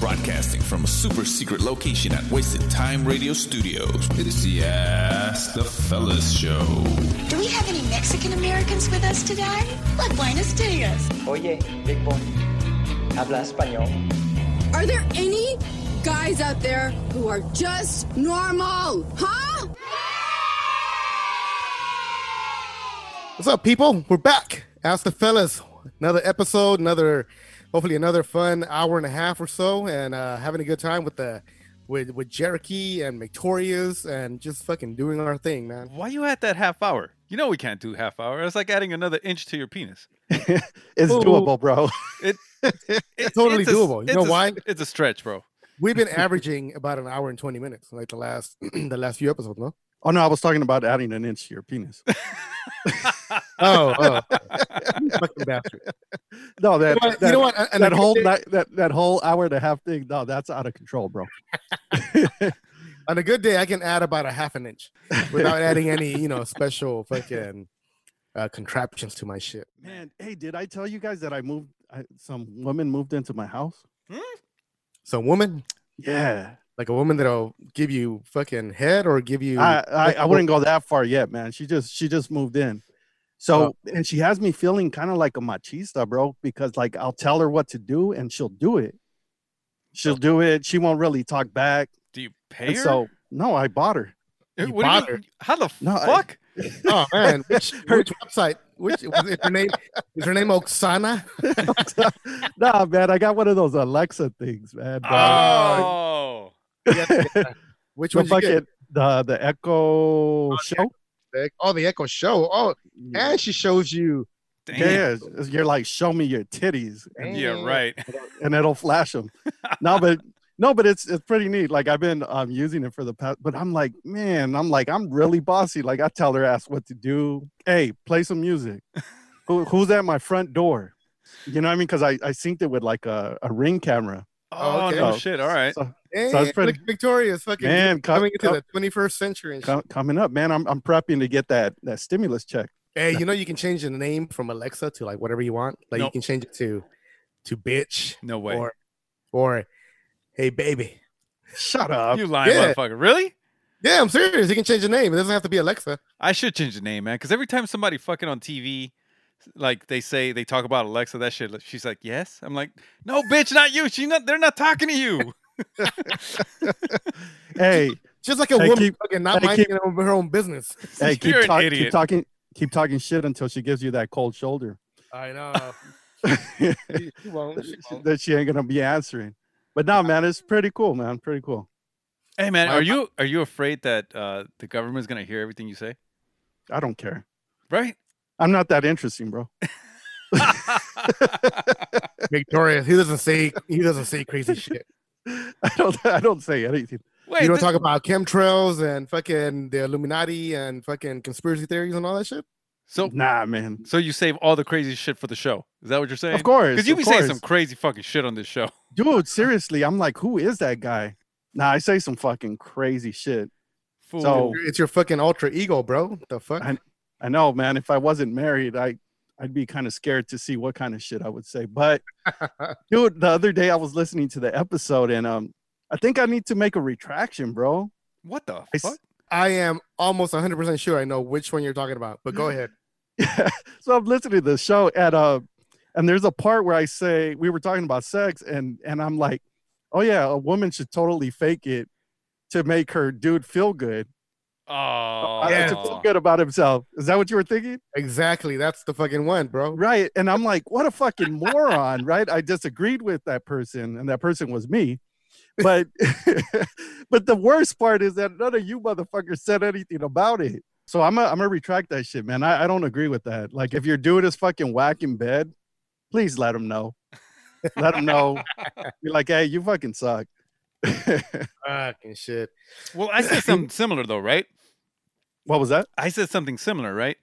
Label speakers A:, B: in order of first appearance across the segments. A: broadcasting from a super secret location at Wasted Time Radio Studios. It is the Ask the Fellas Show.
B: Do we have any Mexican Americans with us today? Like Buenos Dias.
C: Oye, Big Boy, habla español.
D: Are there any guys out there who are just normal? Huh?
E: What's up, people? We're back. Ask the fellas. Another episode, another, hopefully another fun hour and a half or so, and uh, having a good time with the, with with Cherokee and Victoria's, and just fucking doing our thing, man.
F: Why you at that half hour? You know we can't do half hour. It's like adding another inch to your penis.
G: It's
E: Ooh.
G: doable, bro.
F: It, it-
E: Totally
F: a-
E: doable. You
F: it's
E: know
F: a-
E: why?
F: It's a stretch, bro.
E: We've been averaging about an hour and twenty minutes, like the last the last few episodes, no?
G: Oh no, I was talking about adding an inch to your penis.
E: Oh, oh. You fucking bastard!
G: No,
E: You
G: that
E: know what?
G: that,
E: You know what? And-
G: And
E: and
G: that
E: I
G: whole
E: get it.
G: that, that that whole hour and a half thing, no, that's out of control, bro.
E: On a good day, I can add about a half an inch without adding any, you know, special fucking uh, contraptions to my shit.
G: Man, hey, did I tell you guys that I moved? I, some woman moved into my house.
E: So, woman,
G: Yeah,
E: like a woman that'll give you fucking head or give you.
G: I, I
E: like,
G: I wouldn't go that far yet, man. She just she just moved in, so and she has me feeling kind of like a machista, bro. Because like I'll tell her what to do and she'll do it. She'll do it. She won't really talk back.
F: Do you pay
G: And
F: her?
G: so no, I bought her.
F: Eh,
E: you
F: what do you
E: bought
F: mean- How the
G: No, I-
F: fuck?
E: Oh man, which, which website? Which was it her name? Is her name Oksana?
G: nah, man, I got one of those Alexa things, man. but-
F: oh.
E: Which
G: the
E: one?
G: fucking the the Echo show.
E: Oh, the Echo Show. Oh, and she shows you.
F: Damn.
G: Yeah, it's- you're like, show me your titties, and,
F: Yeah, right.
G: and it'll flash them. no, but no, but it's it's pretty neat. Like I've been um using it for the past, but I'm like, man, I'm like, I'm really bossy. Like I tell her ass what to do. Hey, play some music. Who, who's at my front door? You know what I mean? Because I, I synced it with like a, a ring camera.
F: Oh,
E: okay.
F: no shit. All right.
G: So,
E: Hey,
G: Sounds pretty-
E: look, Victoria's fucking
G: man, co-
E: coming into
G: co-
E: the 21st century. And shit.
G: co- coming up, man, I'm, I'm prepping to get that that stimulus check.
E: Hey, you know you can change the name from Alexa to like whatever you want. Like you
F: Nope.
E: can change it to, to bitch
F: No way.
E: or, or, hey baby.
G: Shut up.
F: you lying
E: yeah.
F: motherfucker. Really?
E: Yeah, I'm serious. You can change the name. It doesn't have to be Alexa.
F: I should change the name, man. Because every time somebody fucking on TV, like they say they talk about Alexa, that shit. She's like, yes. I'm like, no, bitch, not you. She not. They're not talking to you.
G: hey,
E: Just like a
G: Hey,
E: woman
G: keep-
E: fucking not
G: hey,
E: minding her own- her own business.
G: hey, keep,
F: You're an
G: talk-
F: idiot.
G: keep talking, keep talking shit until she gives you that cold shoulder
E: I know. She- she won't, she won't.
G: that she ain't gonna be answering. But no, man, it's pretty cool, man. Pretty cool.
F: Hey, man,
E: My-
F: are you are you afraid that uh, the government's gonna hear everything you say?
G: I don't care.
F: Right?
G: I'm not that interesting, bro.
E: Victoria, he doesn't say he doesn't say crazy shit.
G: I don't. I don't say anything.
F: Wait,
E: you don't
F: thi-
E: talk about chemtrails and fucking the Illuminati and fucking conspiracy theories and all that shit.
F: so
G: Nah, man.
F: so you save all the crazy shit for the show. Is that what you're saying?
G: Of course.
F: Because you
G: of
F: be saying
G: course.
F: some crazy fucking shit on this show.
G: dude. Seriously, I'm like, who is that guy? Nah, I say some fucking crazy shit.
F: Fool.
G: So-
E: It's your fucking alter ego, bro. The fuck?
G: I- I know, man. If I wasn't married, I I'd be kind of scared to see what kind of shit I would say. But dude, the other day I was listening to the episode and um I think I need to make a retraction, bro.
F: what the
G: I s-
F: fuck?
E: I am almost 100% sure I know which one you're talking about, but go ahead.
G: so I'm listening to the show at uh and there's a part where I say we were talking about sex and and I'm like, "Oh yeah, a woman should totally fake it to make her dude feel good.
F: Oh,
G: uh, To feel good about himself." Is that what you were thinking?
E: Exactly. That's the fucking one, bro.
G: Right. And I'm like, what a fucking moron, right? I disagreed with that person, and that person was me. But but the worst part is that none of you motherfuckers said anything about it. So I'm gonna I'm gonna retract that shit, man. I, I don't agree with that. Like if your dude is fucking whack in bed, please let him know. Let him know. Be like, hey, you fucking suck.
E: Fucking shit.
F: Well, I said something similar though, right?
G: what was that?
F: I said something similar, right?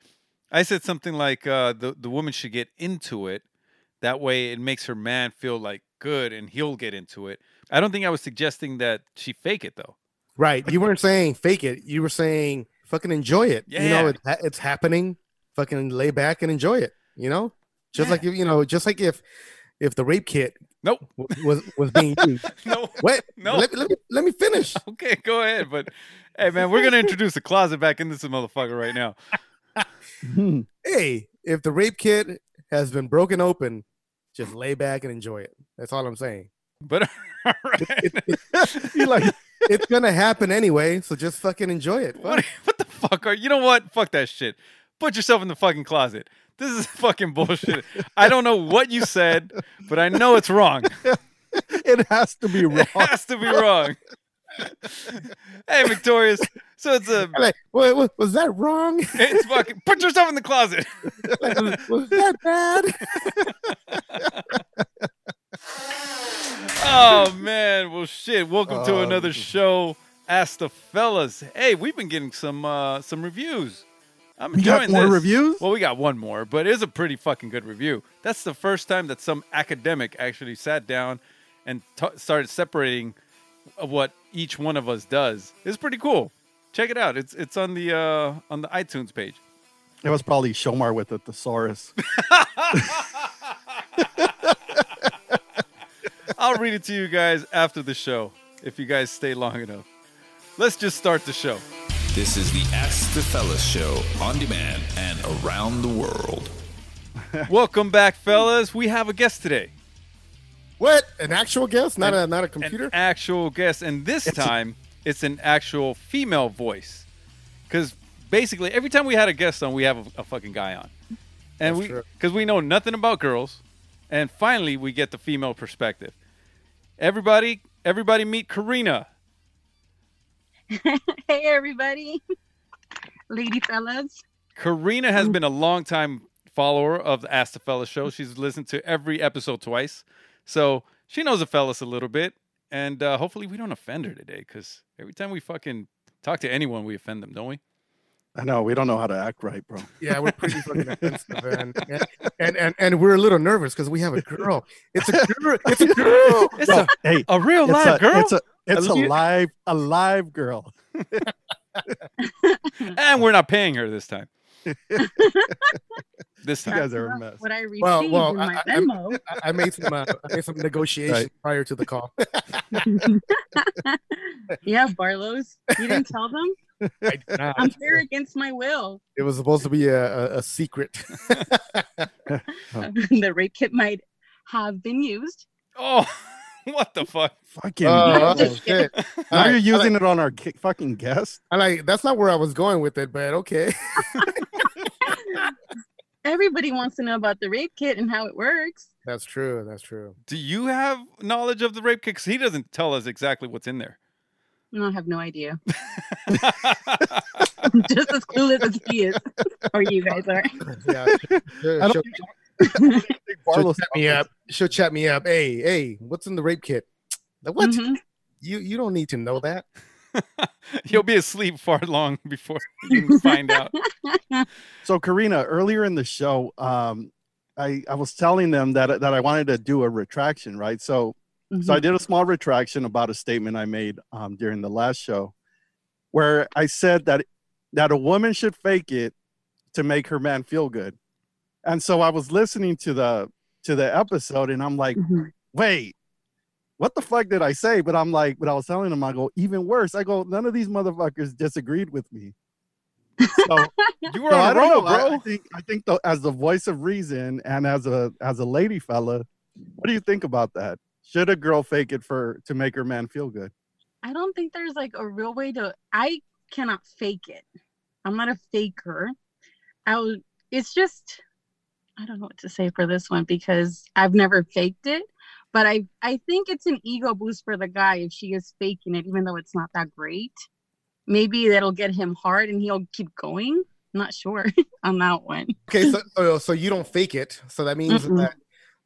F: I said something like uh, the the woman should get into it. That way, it makes her man feel like good, and he'll get into it. I don't think I was suggesting that she fake it though.
E: Right. You weren't saying fake it. You were saying fucking enjoy it. You
F: Yeah.
E: know, it, ha- it's happening. Fucking lay back and enjoy it. You know, just like if you know, just like if if the rape kit
F: Nope.
E: w- was was being used.
F: No.
E: Wait,
F: No.
E: let, let me let me finish.
F: Okay, go ahead. But hey, man, we're gonna introduce a closet back in this motherfucker right now.
G: Hmm.
E: Hey, if the rape kit has been broken open, just lay back and enjoy it. That's all I'm saying.
F: But all right.
G: you like
E: It's gonna happen anyway, so just fucking enjoy it.
F: What, what the fuck are you know what? Fuck that shit. Put yourself in the fucking closet. This is fucking bullshit. I don't know what you said, but I know it's wrong.
G: it has to be wrong.
F: It has to be wrong. hey, Victorious. So it's a
E: Like, wa- wa- was that wrong?
F: it's fucking put yourself in the closet.
E: Like, was, was that bad?
F: Oh man. Well shit. Welcome to
G: Oh,
E: Um,
F: another show. Ask the fellas. Hey, we've been getting some uh some reviews. I'm
G: We got
F: enjoying
G: more
F: this.
G: reviews.
F: Well, we got one more, but it is a pretty fucking good review. That's the first time that some academic actually sat down and t- started separating what each one of us does. It's pretty cool. Check it out. It's it's on the uh, on the iTunes page.
G: It was probably Shomar with a thesaurus.
F: I'll read it to you guys after the show if you guys stay long enough. Let's just start the show.
A: This is the Ask the Fellas show on demand and around the world.
F: Welcome back, fellas. We have a guest today.
E: What? An actual guest? Not
F: An-
E: a not a
F: an
E: computer?
F: actual guest, and this time it's an actual female voice. Because basically, every time we had a guest on, we have a, a fucking guy on, and
E: That's
F: we
E: true.
F: because we know nothing about girls, and finally we get the female perspective. Everybody, everybody, meet Karina.
H: Hey everybody, lady fellas.
F: Karina has been a long time follower of the Ask the Fella show. She's listened to every episode twice, so she knows the fellas a little bit. And uh, hopefully, we don't offend her today, because every time we fucking talk to anyone, we offend them, don't we?
G: I know we don't know how to act right, bro.
E: Yeah, we're pretty fucking offensive, and and, and and we're a little nervous because we have a girl. It's a girl. It's a girl.
F: It's
G: Bro,
F: a,
G: hey,
F: a real
G: it's
F: live
G: a,
F: girl,
G: It's a it's a
E: li-
G: live a live girl.
F: and we're not paying her this time. this
G: You
F: time,
G: guys are a mess.
H: What I received
E: Well, well,
H: in my
E: I- I- I'm-
H: Venmo.
E: I, I made some uh, I made some negotiations prior to the call.
H: yeah, Barlow's. You didn't tell them?
E: I did not.
H: I'm here against my will.
E: It was supposed to be a, a, a secret.
H: the rape kit might have been used.
F: oh, what the fuck?
G: Fucking
E: Oh,
H: Yeah.
E: shit.
G: now
E: I-
G: you're using it on our ki- fucking guest.
E: I like that's not where I was going with it, but okay.
H: Everybody wants to know about the rape kit and how it works.
E: That's true. That's true.
F: Do you have knowledge of the rape kicks? He doesn't tell us exactly what's in there.
H: No, I have no idea. Just as clueless as he is, or you guys are.
E: Yeah. She'll,
G: I don't-
E: she'll
G: Barlow's
E: chat me up. She'll chat me up. Hey, hey, what's in the rape kit? Like, what?
H: Mhm.
E: You you don't need to know that.
F: You'll be asleep far long before you can find out.
G: So Karina, earlier in the show, um, I, I was telling them that that I wanted to do a retraction, right? So
H: Mm-hmm.
G: so I did a small retraction about a statement I made um, during the last show, where I said that that a woman should fake it to make her man feel good. And so I was listening to the to the episode, and I'm like,
H: Mhm.
G: wait, what the fuck did I say? But I'm like, but I was telling them, I go even worse. I go, none of these motherfuckers disagreed with me. So
F: You were
G: so
F: on
G: I
F: a
G: don't
F: roll,
G: know. I- I
F: bro.
G: think, I think the, as the voice of reason and as a as a lady fella, what do you think about that? Should a girl fake it for to make her man feel good?
H: I don't think there's like a real way to. I cannot fake it. I'm not a faker. I would. It's just. I don't know what to say for this one because I've never faked it, but I I think it's an ego boost for the guy if she is faking it, even though it's not that great. Maybe that'll get him hard and he'll keep going. Not sure on that one.
E: Okay, so so, so you don't fake it. So that means
H: Mm-mm.
E: that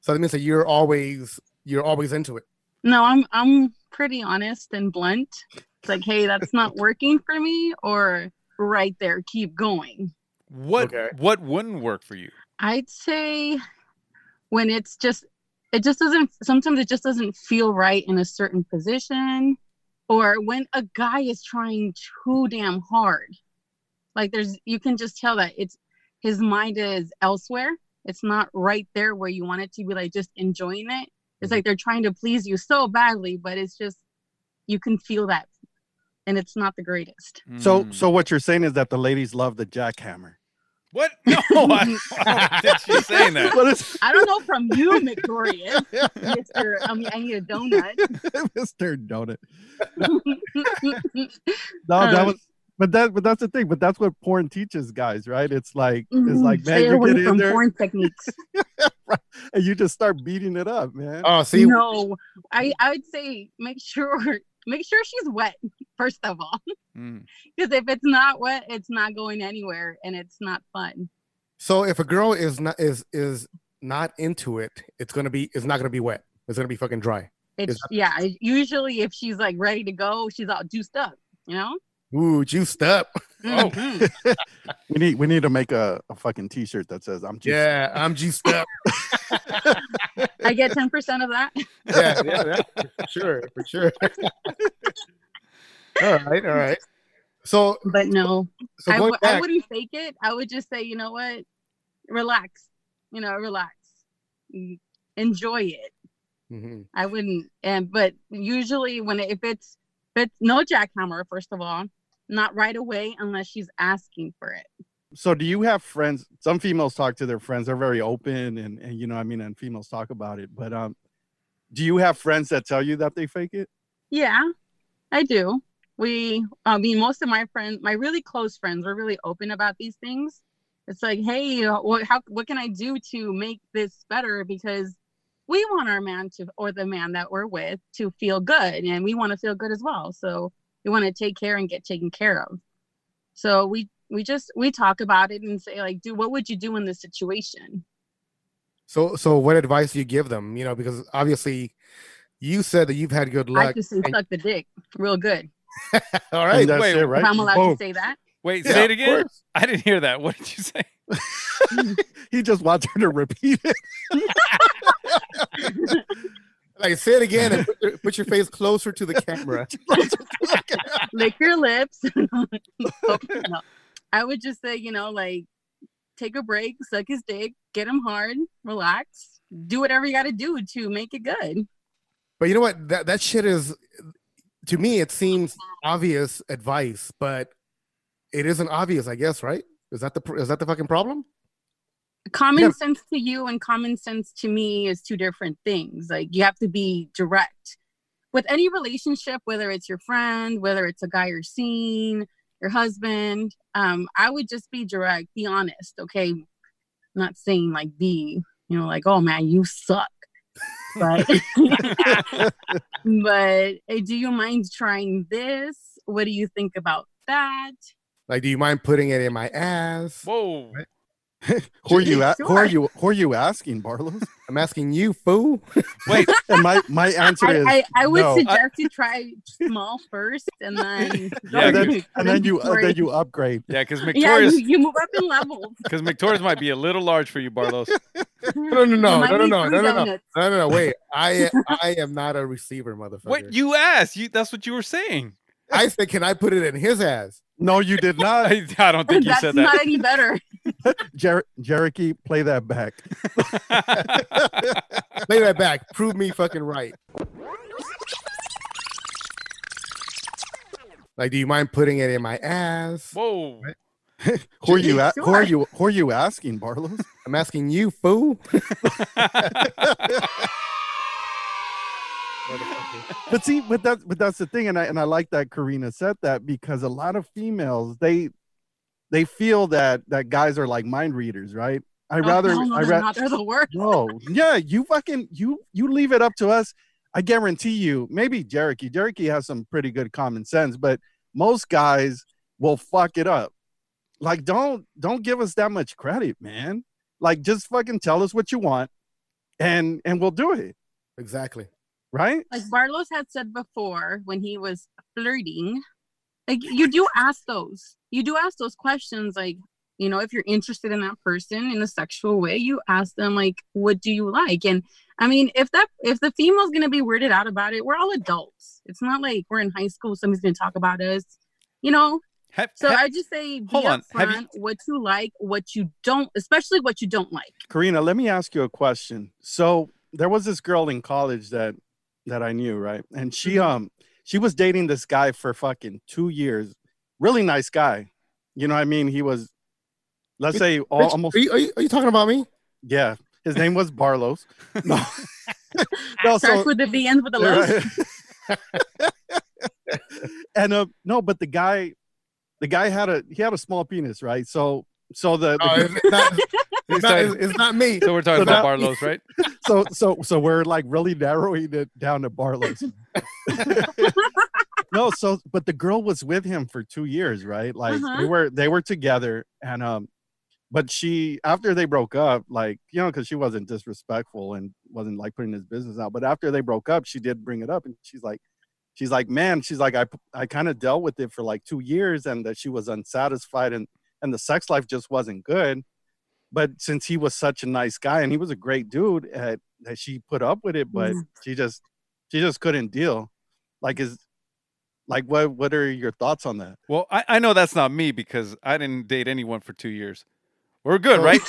E: so that means that you're always you're always into it.
H: No, I'm I'm pretty honest and blunt. It's like, hey, that's not working for me, or right there, keep going.
F: What
E: Okay.
F: what wouldn't work for you?
H: I'd say when it's just it just doesn't sometimes it just doesn't feel right in a certain position or when a guy is trying too damn hard. Like there's you can just tell that it's his mind is elsewhere. It's not right there where you want it to be like just enjoying it. It's like they're trying to please you so badly, but it's just you can feel that, and it's not the greatest.
G: So,
F: Mm.
G: so what you're saying is that the ladies love the jackhammer.
F: what? No, I, I don't think she's saying that.
G: What is
H: I don't know from you, Victoria. Mister, I mean, I need a donut.
G: Mr. Donut? No, that
H: Um,
G: was. But that, but that's the thing. But that's what porn teaches guys, right? It's like, it's
F: Mm-hmm.
H: Mm,
G: like, man,
H: stay
G: you
H: away
G: get in
H: from
G: there
H: porn techniques.
G: and you just start beating it up, man.
H: Uh,
E: Oh, see,
H: no, I I would say make sure make sure she's wet first of all,
F: Mm.
H: because if it's not wet, it's not going anywhere and it's not fun.
E: so if a girl is not is is not into it, it's gonna be it's not gonna be wet. It's gonna be fucking dry.
H: It's
E: that-
H: yeah. I- Usually, if she's like ready to go, she's all juiced up. You know.
E: Ooh, juiced up.
F: Oh.
H: Mhm.
G: We need, we need to make a, a fucking T-shirt that says, "I'm just
E: Yeah, I'm juiced up.
H: I get ten percent of that.
E: yeah, yeah, yeah, for sure, for sure. all right, all right. So,
H: But no,
E: so
H: I,
E: going
H: w- I
E: back,
H: wouldn't fake it. I would just say, you know what, relax. You know, relax. Mm, Enjoy it.
E: Mhm.
H: I wouldn't. And but usually when it, if it's but no jackhammer first of all, not right away unless she's asking for it.
G: so do you have friends some females talk to their friends they're very open and, and you know i mean and females talk about it but um do you have friends that tell you that they fake it
H: Yeah, I do. We, I mean, most of my friends, my really close friends, were really open about these things. It's like, hey, uh, what, how, what can I do to make this better? Because we want our man to, or the man that we're with, to feel good, and we want to feel good as well. So we want to take care and get taken care of. So we, we just, we talk about it and say, like, dude, what would you do in this situation?
E: so so what advice do you give them? You know, because obviously, you said that you've had good
H: I
E: luck.
H: just say,
E: and-
H: suck the dick, real good.
E: all
G: And
E: right,
G: that's
F: wait,
G: it, right
H: If I'm allowed
G: Boom.
H: to say that.
F: Wait,
E: Yeah,
F: say
E: of
F: it again.
E: course.
F: I didn't hear that. What did you say?
G: he just wants her to repeat it
E: Like say it again and put your, put your face closer to the camera.
H: lick your lips. No. I would just say, you know, like take a break, suck his dick, get him hard, relax, do whatever you got to do to make it good.
E: But you know what? That that shit is to me it seems obvious advice, but it isn't obvious, I guess, right? Is that the pr- is that the fucking problem?
H: Common
E: Yeah.
H: sense to you and common sense to me is two different things. Like you have to be direct with any relationship, whether it's your friend, whether it's a guy you're seeing, your husband. Um, I would just be direct, be honest, okay? Not saying like be, you know, like, oh man, you suck. but but uh, do you mind trying this what do you think about that
E: Like do you mind putting it in my ass?
F: Whoa.
G: who are you a- who are
H: Sure.
G: you who are you asking barlos
E: I'm asking you, fool.
F: Wait,
G: and my my answer is
H: I, I, I would
G: no.
H: suggest you try small first and then
F: Yeah,
G: and
F: good.
G: then, and then you and then you upgrade
F: yeah, because
H: yeah you,
F: Victoria's
H: you move up in levels
F: because Victoria's might be a little large for you, Barlos.
E: No, no, no,
H: might
E: no, no,
H: need
E: no,
H: some
E: no, no, no,
H: donuts.
E: no, no, no. Wait, I I am not a receiver, motherfucker.
F: What you asked? You that's what you were saying.
E: I said, can I put it in his ass?
G: no you did not
F: I, I don't think you
H: that's
F: said
H: not
F: that.
H: any better
G: Jer- Jericho, play that back
E: Play that back. Prove me fucking right. Like, do you mind putting it in my ass?
F: Whoa.
G: who are you a- who are
H: Sure.
G: you who are you asking barlos
E: I'm asking you, fool.
G: but see, but that's but that's the thing, and I and I like that Karina said that because a lot of females they they feel that that guys are like mind readers, right? I
H: Oh,
G: rather
H: no, no,
G: I
H: they're
G: rather
H: not. They're the worst.
G: no, yeah, you fucking you you leave it up to us. I guarantee you, maybe Jericho. Jericho has some pretty good common sense, but most guys will fuck it up. Like, don't don't give us that much credit, man. Like, just fucking tell us what you want, and and we'll do it,
E: Exactly.
G: right?
H: like Barlos had said before when he was flirting, like you do ask those, you do ask those questions, like you know, if you're interested in that person in a sexual way, you ask them like, "What do you like?" And I mean, if that if the female's gonna be weirded out about it, we're all adults. It's not like we're in high school. Somebody's gonna talk about us, you know.
F: Have-
H: So
F: have-
H: I just say, be
F: hold on. Have you-
H: upfront what you like, what you don't, especially what you don't like.
G: Karina, let me ask you a question. So there was this girl in college that that I knew, right? And she
E: Mm-hmm.
G: um she was dating this guy for fucking two years. Really nice guy. You know what I mean? He was let's say all,
E: Rich,
G: almost
E: are, you, are, you, are you talking about me?
G: yeah. His name was Barlos. No, no
H: Starts
G: so
H: with the V, ends with the low.
G: and uh, no, but the guy, the guy had a he had a small penis, right? So so the,
E: No,
G: the-
E: it's, it's not,
F: He's
E: it's, not,
F: talking-
E: it's, it's not me.
F: so we're talking about
G: so now-
F: Barlow's, right?
G: so so so we're like really narrowing it down to Barlow's. no, so but the girl was with him for two years, right? Like they
H: Uh-huh.
G: were they were together, and um, but she after they broke up, like you know, because she wasn't disrespectful and wasn't like putting his business out. But after they broke up, she did bring it up, and she's like, she's like, man, she's like, I I kind of dealt with it for like two years, and that she was unsatisfied, and and the sex life just wasn't good. But since he was such a nice guy and he was a great dude, uh, that she put up with it, but
H: Yeah.
G: she just she just couldn't deal. Like is like what what are your thoughts on that?
F: Well, I, I know that's not me because I didn't date anyone for two years. We're good, right?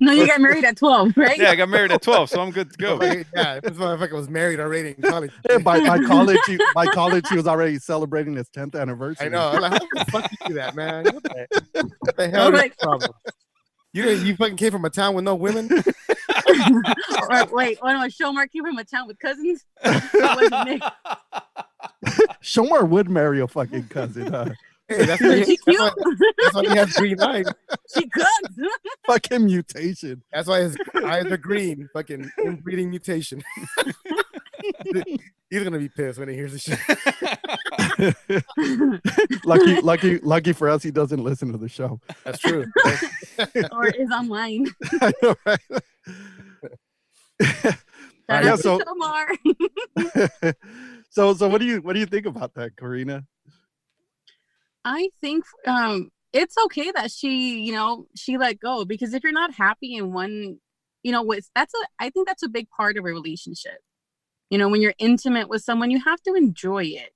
H: no, you got married at 12, Oh, right?
F: yeah, I got married at 12, so I'm good to go.
E: Like, yeah, this motherfucker was married already in college.
G: by, by college, he, by college, he was already celebrating his tenth anniversary.
E: I know. I'm like, how the fuck you do that, man? What the, what the
H: Oh
E: hell is
H: my-
E: your problem? You didn't, you fucking came from a town with no women.
H: or, wait, oh no, Showmark came from a town with cousins. That wasn't Nick.
G: Shomar would marry a fucking cousin. Huh?
E: Hey, that's why
H: She
E: he, that's
H: cute.
E: why, that's why he has green eyes.
H: She cooks.
G: fucking mutation.
E: That's why his eyes are green. Fucking inbreeding mutation. He's gonna be pissed when he hears this shit.
G: Lucky, lucky, lucky for us, he doesn't listen to the show.
E: That's true.
H: or is online.
G: I know, right?
H: Shout
G: Yeah,
H: out to
G: so-
H: Showmark.
G: so, so what do you what do you think about that, Karina?
H: I think um it's okay that she, you know, she let go because if you're not happy in one, you know, with that's a I think that's a big part of a relationship. You know, when you're intimate with someone, you have to enjoy it.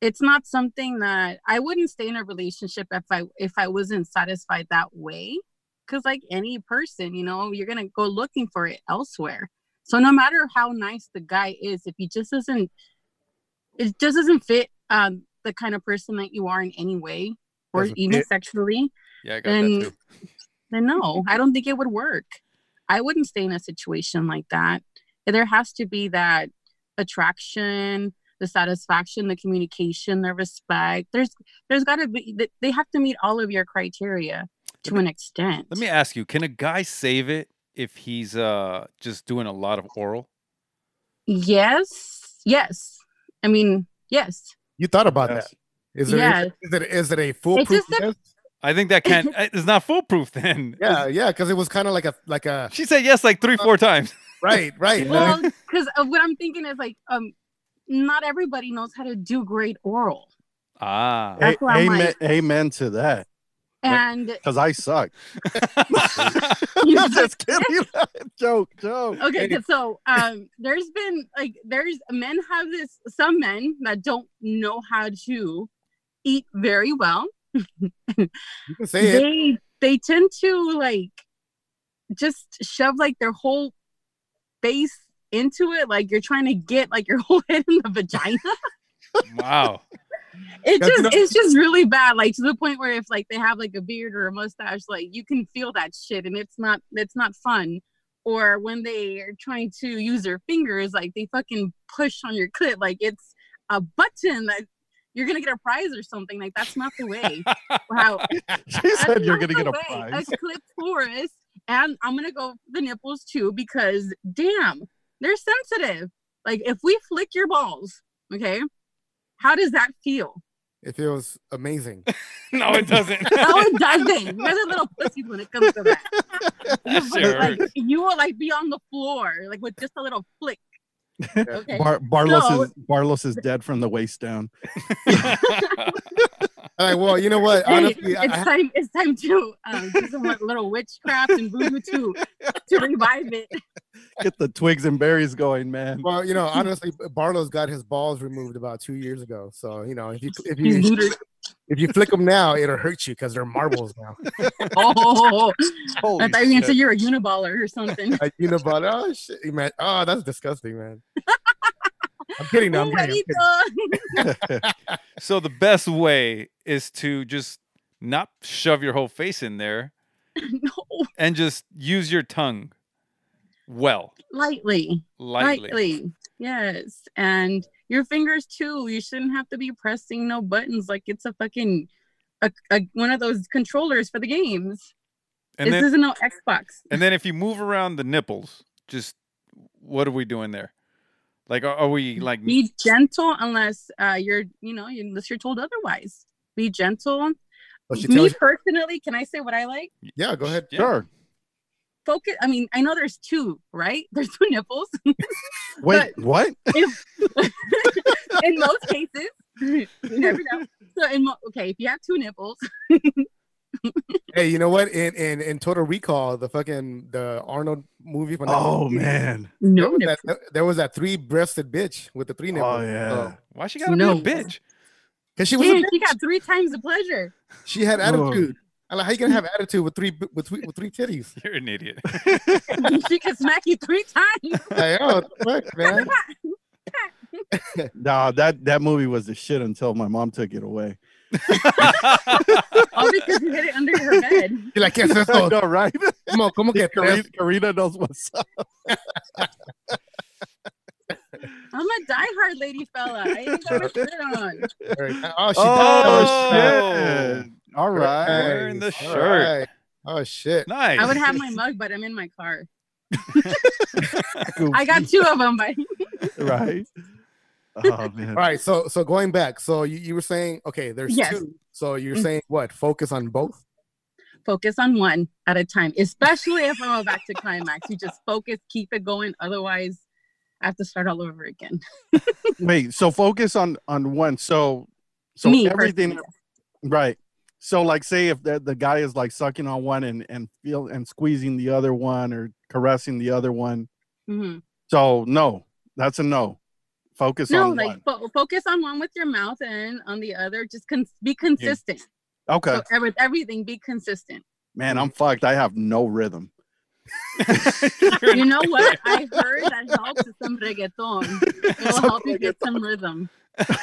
H: It's not something that I wouldn't stay in a relationship if I if I wasn't satisfied that way cuz like any person, you know, you're going to go looking for it elsewhere. So no matter how nice the guy is, if he just isn't it just doesn't fit um, the kind of person that you are in any way or
E: Doesn't
H: even
E: fit.
H: sexually
F: Yeah, I got
H: And-
F: that too.
H: then no i don't think it would work i wouldn't stay in a situation like that there has to be that attraction the satisfaction the communication the respect there's there's got to be th- they have to meet all of your criteria to an extent
F: Let me ask you, can a guy save it if he's uh just doing a lot of oral?
H: yes yes i mean yes
E: You thought about that? Is it
H: Yeah.
E: is it is it a foolproof
H: just a-
E: test?
F: I think that can't uh, it's not foolproof then.
E: Yeah, yeah, because it was kind of like a like a
F: She said yes like three, four times.
E: right, right.
H: Well, because of what I'm thinking is like, um, not everybody knows how to do great oral,
F: Ah.
H: That's
G: A-
H: what I'm
G: amen,
H: like.
G: amen to that.
H: and
G: Because I suck.
H: you
G: I'm just kidding. joke, joke.
H: okay, so um, there's been like there's men have this some men that don't know how to eat very well.
E: You can say it.
H: They they tend to like just shove like their whole face into it, like you're trying to get like your whole head in the vagina.
F: wow.
H: It
E: That's
H: just
E: not-
H: it's just really bad, like to the point where if like they have like a beard or a mustache, like you can feel that shit and it's not it's not fun. Or when they are trying to use their fingers, like they fucking push on your clit, like it's a button that you're gonna get a prize or something. Like that's not the way. wow.
G: She said
H: That's
G: you're
H: not
G: gonna
H: the
G: get a
H: way.
G: prize.
H: A clip forest, and I'm gonna go for the nipples too because damn, they're sensitive. Like if we flick your balls, okay, how does that feel?
E: It feels amazing.
F: No, it doesn't.
H: No, it doesn't. You're the little pussy when it comes to that.
F: That
H: But,
F: sure
H: like,
F: hurts.
H: you will like be on the floor, like with just a little flick. Okay.
G: Bar- Barlos
H: No.
G: is Barlos is dead from the waist down.
E: All right, well, you know what?
H: Hey,
E: Honestly, I,
H: it's
E: I,
H: time. It's time to um, do some like, little witchcraft and voodoo too to revive it.
G: Get the twigs and berries going, man.
E: well, you know, honestly, Barlow's got his balls removed about two years ago. So you know, if you if
H: He's
E: you
H: neutered.
E: If you flick them now, it'll hurt you because they're marbles now.
H: Oh,
G: Holy
H: I thought you were gonna say
G: shit.
H: you're a uniballer or something.
E: Like, you know, but oh shit, man, oh that's disgusting, man. I'm kidding.
H: Oh,
E: No, I'm kidding. I'm kidding.
F: So the best way is to just not shove your whole face in there
H: no,
F: and just use your tongue well,
H: lightly,
F: lightly.
H: lightly, yes, and your fingers too. You shouldn't have to be pressing no buttons like it's a fucking a, a, one of those controllers for the games.
F: And
H: this
F: then
H: isn't no Xbox.
F: and then if you move around the nipples, just what are we doing there? Like are, are we like
H: be gentle unless uh, you're you know unless you're told otherwise be gentle
E: Oh, she
H: me
E: tells you-
H: personally can i say what i like
E: yeah, go ahead.
F: Yeah.
G: Sure.
H: focus i mean i know there's two right there's two nipples
G: Wait, what?
H: in most cases you never know so in mo- okay if you have two nipples
E: Hey, you know what? In in in Total Recall, the fucking the Arnold movie. From
G: Oh man.
E: There
H: no
E: was,
H: nipples.
E: that, there was that three-breasted bitch with the three nipples.
G: Oh yeah.
F: why she gotta
H: No.
F: be a bitch?
E: because she was a
H: Damn,
E: bitch.
H: she got three times the pleasure
E: she had
G: Whoa.
E: attitude. I'm like, how you gonna have attitude with three with three, with three titties?
F: You're an idiot.
H: she can smack you three times
E: Like, oh, what the fuck, man.
G: Nah, that that movie was the shit until my mom took it away.
H: all because you hid it under her bed
E: You're like, yes, that's
G: I
E: all.
G: know, right?
E: Come on, come on, get
G: Karina, Karina knows what's up.
H: i'm a diehard lady fella i ain't got my shirt on
E: Oh, she
F: Oh,
G: shit. All right.
F: Wearing the
E: Nice.
F: shirt.
E: Alright. Oh shit.
F: nice.
H: i would have my mug but i'm in my car i got two of them but
G: right. Oh man.
E: All right. So so going back. So you, you were saying okay, there's
H: Yes.
E: two. So you're
H: Mhm.
E: saying what? Focus on both.
H: focus on one at a time, especially if I'm about to climax. You just focus, keep it going. Otherwise, I have to start all over again.
G: Wait. So focus on on one. So so
H: Me
G: everything.
H: personally.
G: Right. So like, say if the, the guy is like sucking on one and and feel and squeezing the other one or caressing the other one.
H: Mhm.
G: So no, that's a no. Focus
H: No,
G: on
H: like
G: one.
H: fo- focus on one with your mouth and on the other. Just con- be consistent.
G: Okay.
H: So, ev- with everything, be consistent.
G: Man, I'm fucked. I have no rhythm.
F: You're
H: You know what? I heard that helps with some reggaeton. It'll help you get some rhythm.
G: I'm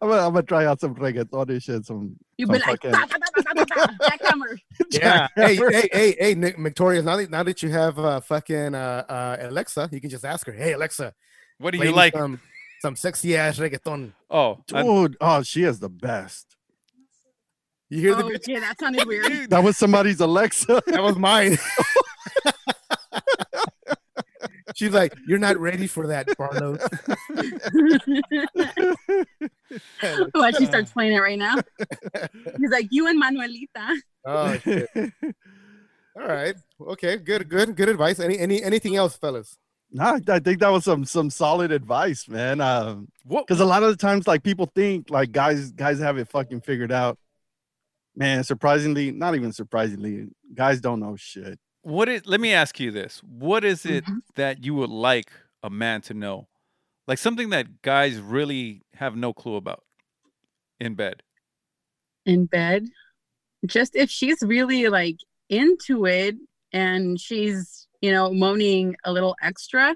G: gonna, I'm gonna try out some reggaeton and shit. Some
H: You'll be
G: Some
H: like,
G: fucking-
H: "Ba, ba, ba, ba, ba, ba, backhammer."
E: Yeah. hey, hey, hey, hey, Nick Victoria. Now that, now that you have uh, fucking uh, uh, Alexa, you can just ask her. Hey, Alexa,
F: what do
E: play
F: you
E: me
F: like?
E: some, some sexy ass reggaeton?
F: Oh, I'm-
G: dude. Oh, she is the best.
E: You hear the
H: Oh,
E: bitch?
H: yeah, that sounded weird.
F: dude,
G: That was somebody's Alexa.
E: That was mine. She's like, you're not ready for that, Barlow.
H: Watch, she starts playing it right now. He's like, "You and Manuelita."
E: Oh, shit. All right. Okay. Good. Good. Good advice. Any any anything else, fellas?
G: Nah, I think that was some some solid advice, man. Um,
F: what?
G: because a lot of the times, like people think like guys guys have it fucking figured out. Man, surprisingly, not even surprisingly, guys don't know shit.
F: What is? Let me ask you this: What is it
H: Mm-hmm.
F: that you would like a man to know, like something that guys really have no clue about in bed?
H: in bed just if she's really like into it and she's you know moaning a little extra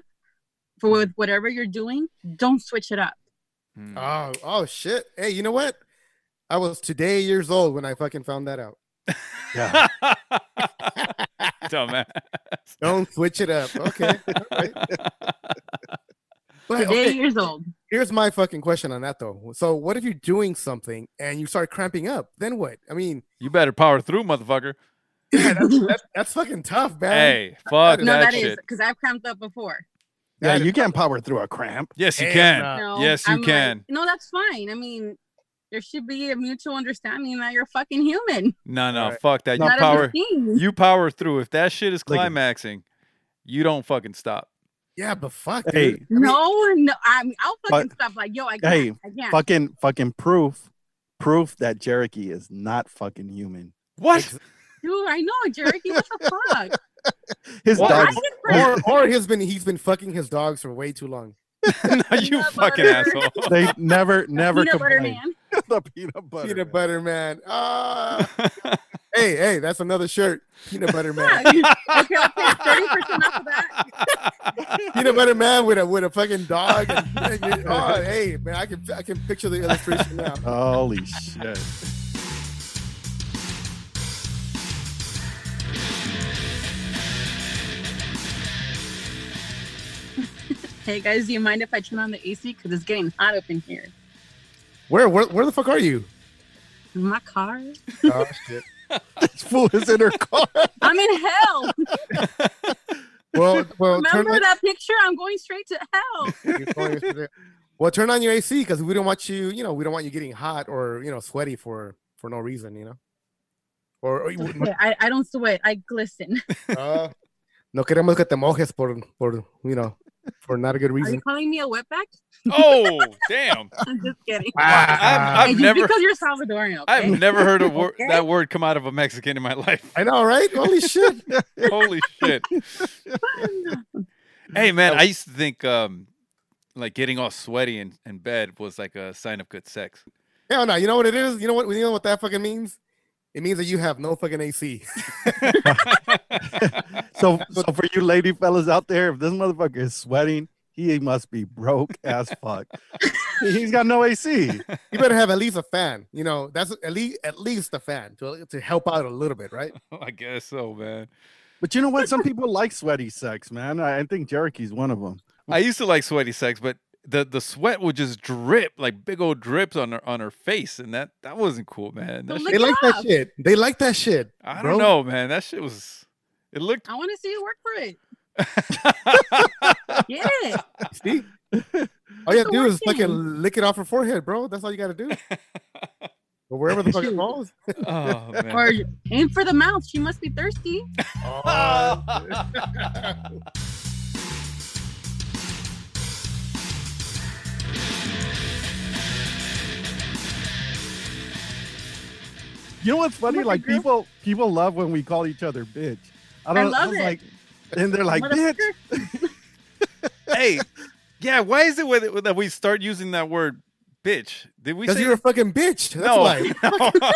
H: for with whatever you're doing don't switch it up
F: Hmm.
E: Oh. Oh shit. Hey, you know what? I was today years old when I fucking found that out.
G: Yeah.
F: Dumbass.
E: Don't switch it up. Okay. All right. But,
H: today
E: okay,
H: years old
E: Here's my fucking question on that though. So what if you're doing something and you start cramping up? Then what? I mean,
F: You better power through, motherfucker.
E: yeah, that's, that's, that's fucking tough, man.
F: Hey, fuck
E: No,
H: no
F: that
H: that
F: shit.
H: is because i've cramped up before
G: yeah,
E: That is-
G: you can't power through a cramp.
F: Yes, you
E: Hell
F: can.
E: no.
H: no
F: yes, you
H: I'm like,
F: can.
H: no that's fine i mean there should be a mutual understanding that you're fucking human
F: No, no,
E: Alright.
F: fuck that. You
H: not a
F: power.
H: machine
F: You power through. If that shit is
G: Look at-
F: climaxing, you don't fucking stop.
E: Yeah, but fuck.
G: Hey,
E: dude.
H: no no i mean, i'll fucking
G: But-
H: stop like yo i can't
G: Hey,
H: i can't
G: Fucking fucking proof, proof that Jericho is not fucking human.
F: What?
H: dude i know jerry what the fuck
G: His
F: What?
H: I
G: dog.
H: get
E: Or or he's been he's been fucking his dogs for way too long.
F: no, you
H: Peanut
F: fucking
H: butter.
F: asshole.
G: They never never
H: Peanut butter
G: complain.
H: man.
G: the peanut butter.
E: Peanut
G: man.
E: butter man. Ah, hey, hey, that's another shirt. Peanut butter man.
H: Yeah, you- okay, I'll take thirty percent off of that.
E: Peanut butter man with a with a fucking dog. And, and you- oh, hey man, I can I can picture the illustration now.
G: Holy shit.
H: Hey guys, do you mind if I turn on the AC? Because it's getting hot up in here.
E: Where where where the fuck are you?
H: In my car.
E: Oh shit. This fool is in her car.
H: I'm in hell.
E: Well, well, turn
H: Remember
E: on,
H: that picture? I'm going straight to hell.
E: you're going- well, turn on your AC because we don't want you. You know, we don't want you getting hot or you know sweaty for for no reason. You know, or, or you-
H: Okay, I, I don't sweat. I glisten.
E: Ah, no queremos que te mojes por por you know for not a good
H: Are you
E: reason.
H: calling me a wetback?
F: oh, damn.
H: I'm just kidding.
E: Ah,
F: I've
H: Hey, just
F: never-
H: because you're Salvadorian, okay?
F: I've never heard a wor-
H: Okay.
F: that word come out of a Mexican in my life.
E: I know, right? Holy shit!
F: Holy shit. hey man, I used to think um like getting all sweaty in, in bed was like a sign of good sex.
E: Hell no! You know what it is? You know what? You know what that fucking means? It means that you have no fucking AC.
G: So, so for you lady fellas out there, if this motherfucker is sweating, he must be broke as fuck. He's got no AC.
E: You better have at least a fan. You know, that's at least at least a fan to to help out a little bit, right?
F: Oh, I guess so, man.
G: But you know what? Some people like sweaty sex, man. I, I think Jericho's one of them.
F: I used to like sweaty sex, but the, the sweat would just drip like big old drips on her on her face, and that that wasn't cool, man. That
H: Don't
F: shit-
H: look
E: They like
H: up.
E: that shit. They like that shit.
F: I don't
E: bro.
F: know, man. That shit was. It looked.
H: I want to see you work for it. Get it.
E: See? All you have to
H: the
E: do
H: worst
E: is fucking
H: thing.
E: lick it off her forehead, bro. That's all you got to do. Or wherever the fuck it falls.
F: Oh man.
H: Or aim for the mouth. She must be thirsty.
G: You know what's funny?
H: on,
G: Like
H: girl.
G: people, people love when we call each other bitch. I
H: I
G: don't
H: love
G: was
H: it.
G: like, and they're like, bitch.
H: Motherfucker.
F: hey, yeah. Why is it with, that we start using that word, bitch? Did we
E: Because
F: say
E: you're a fucking bitch. That's
F: no?
E: why.
F: no.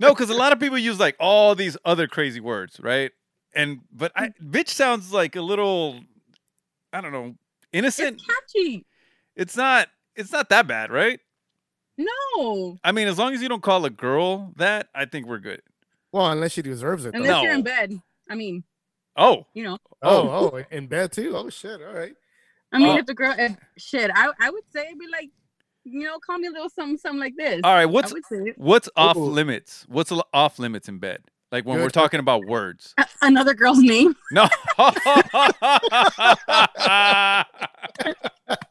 F: no, because a lot of people use like all these other crazy words, right? And but I, bitch sounds like a little, I don't know, innocent.
H: It's catchy.
F: It's not. It's not that bad, right?
H: No.
F: I mean, as long as you don't call a girl that, I think we're good.
E: Well, unless she deserves it. Though.
H: Unless you're in
F: No.
H: bed. I mean,
F: Oh,
H: you know.
E: Oh, oh, in bed too. Oh shit. All right.
H: I mean,
F: Oh.
H: if the girl, if, shit, I, I would say it'd be like, you know, call me a little something, something like this.
F: all right. What's
H: I would say it.
F: What's off
E: Ooh.
F: limits? What's l- off limits in bed? Like when we're
E: Good.
F: talking about words.
H: A- another girl's name.
F: No.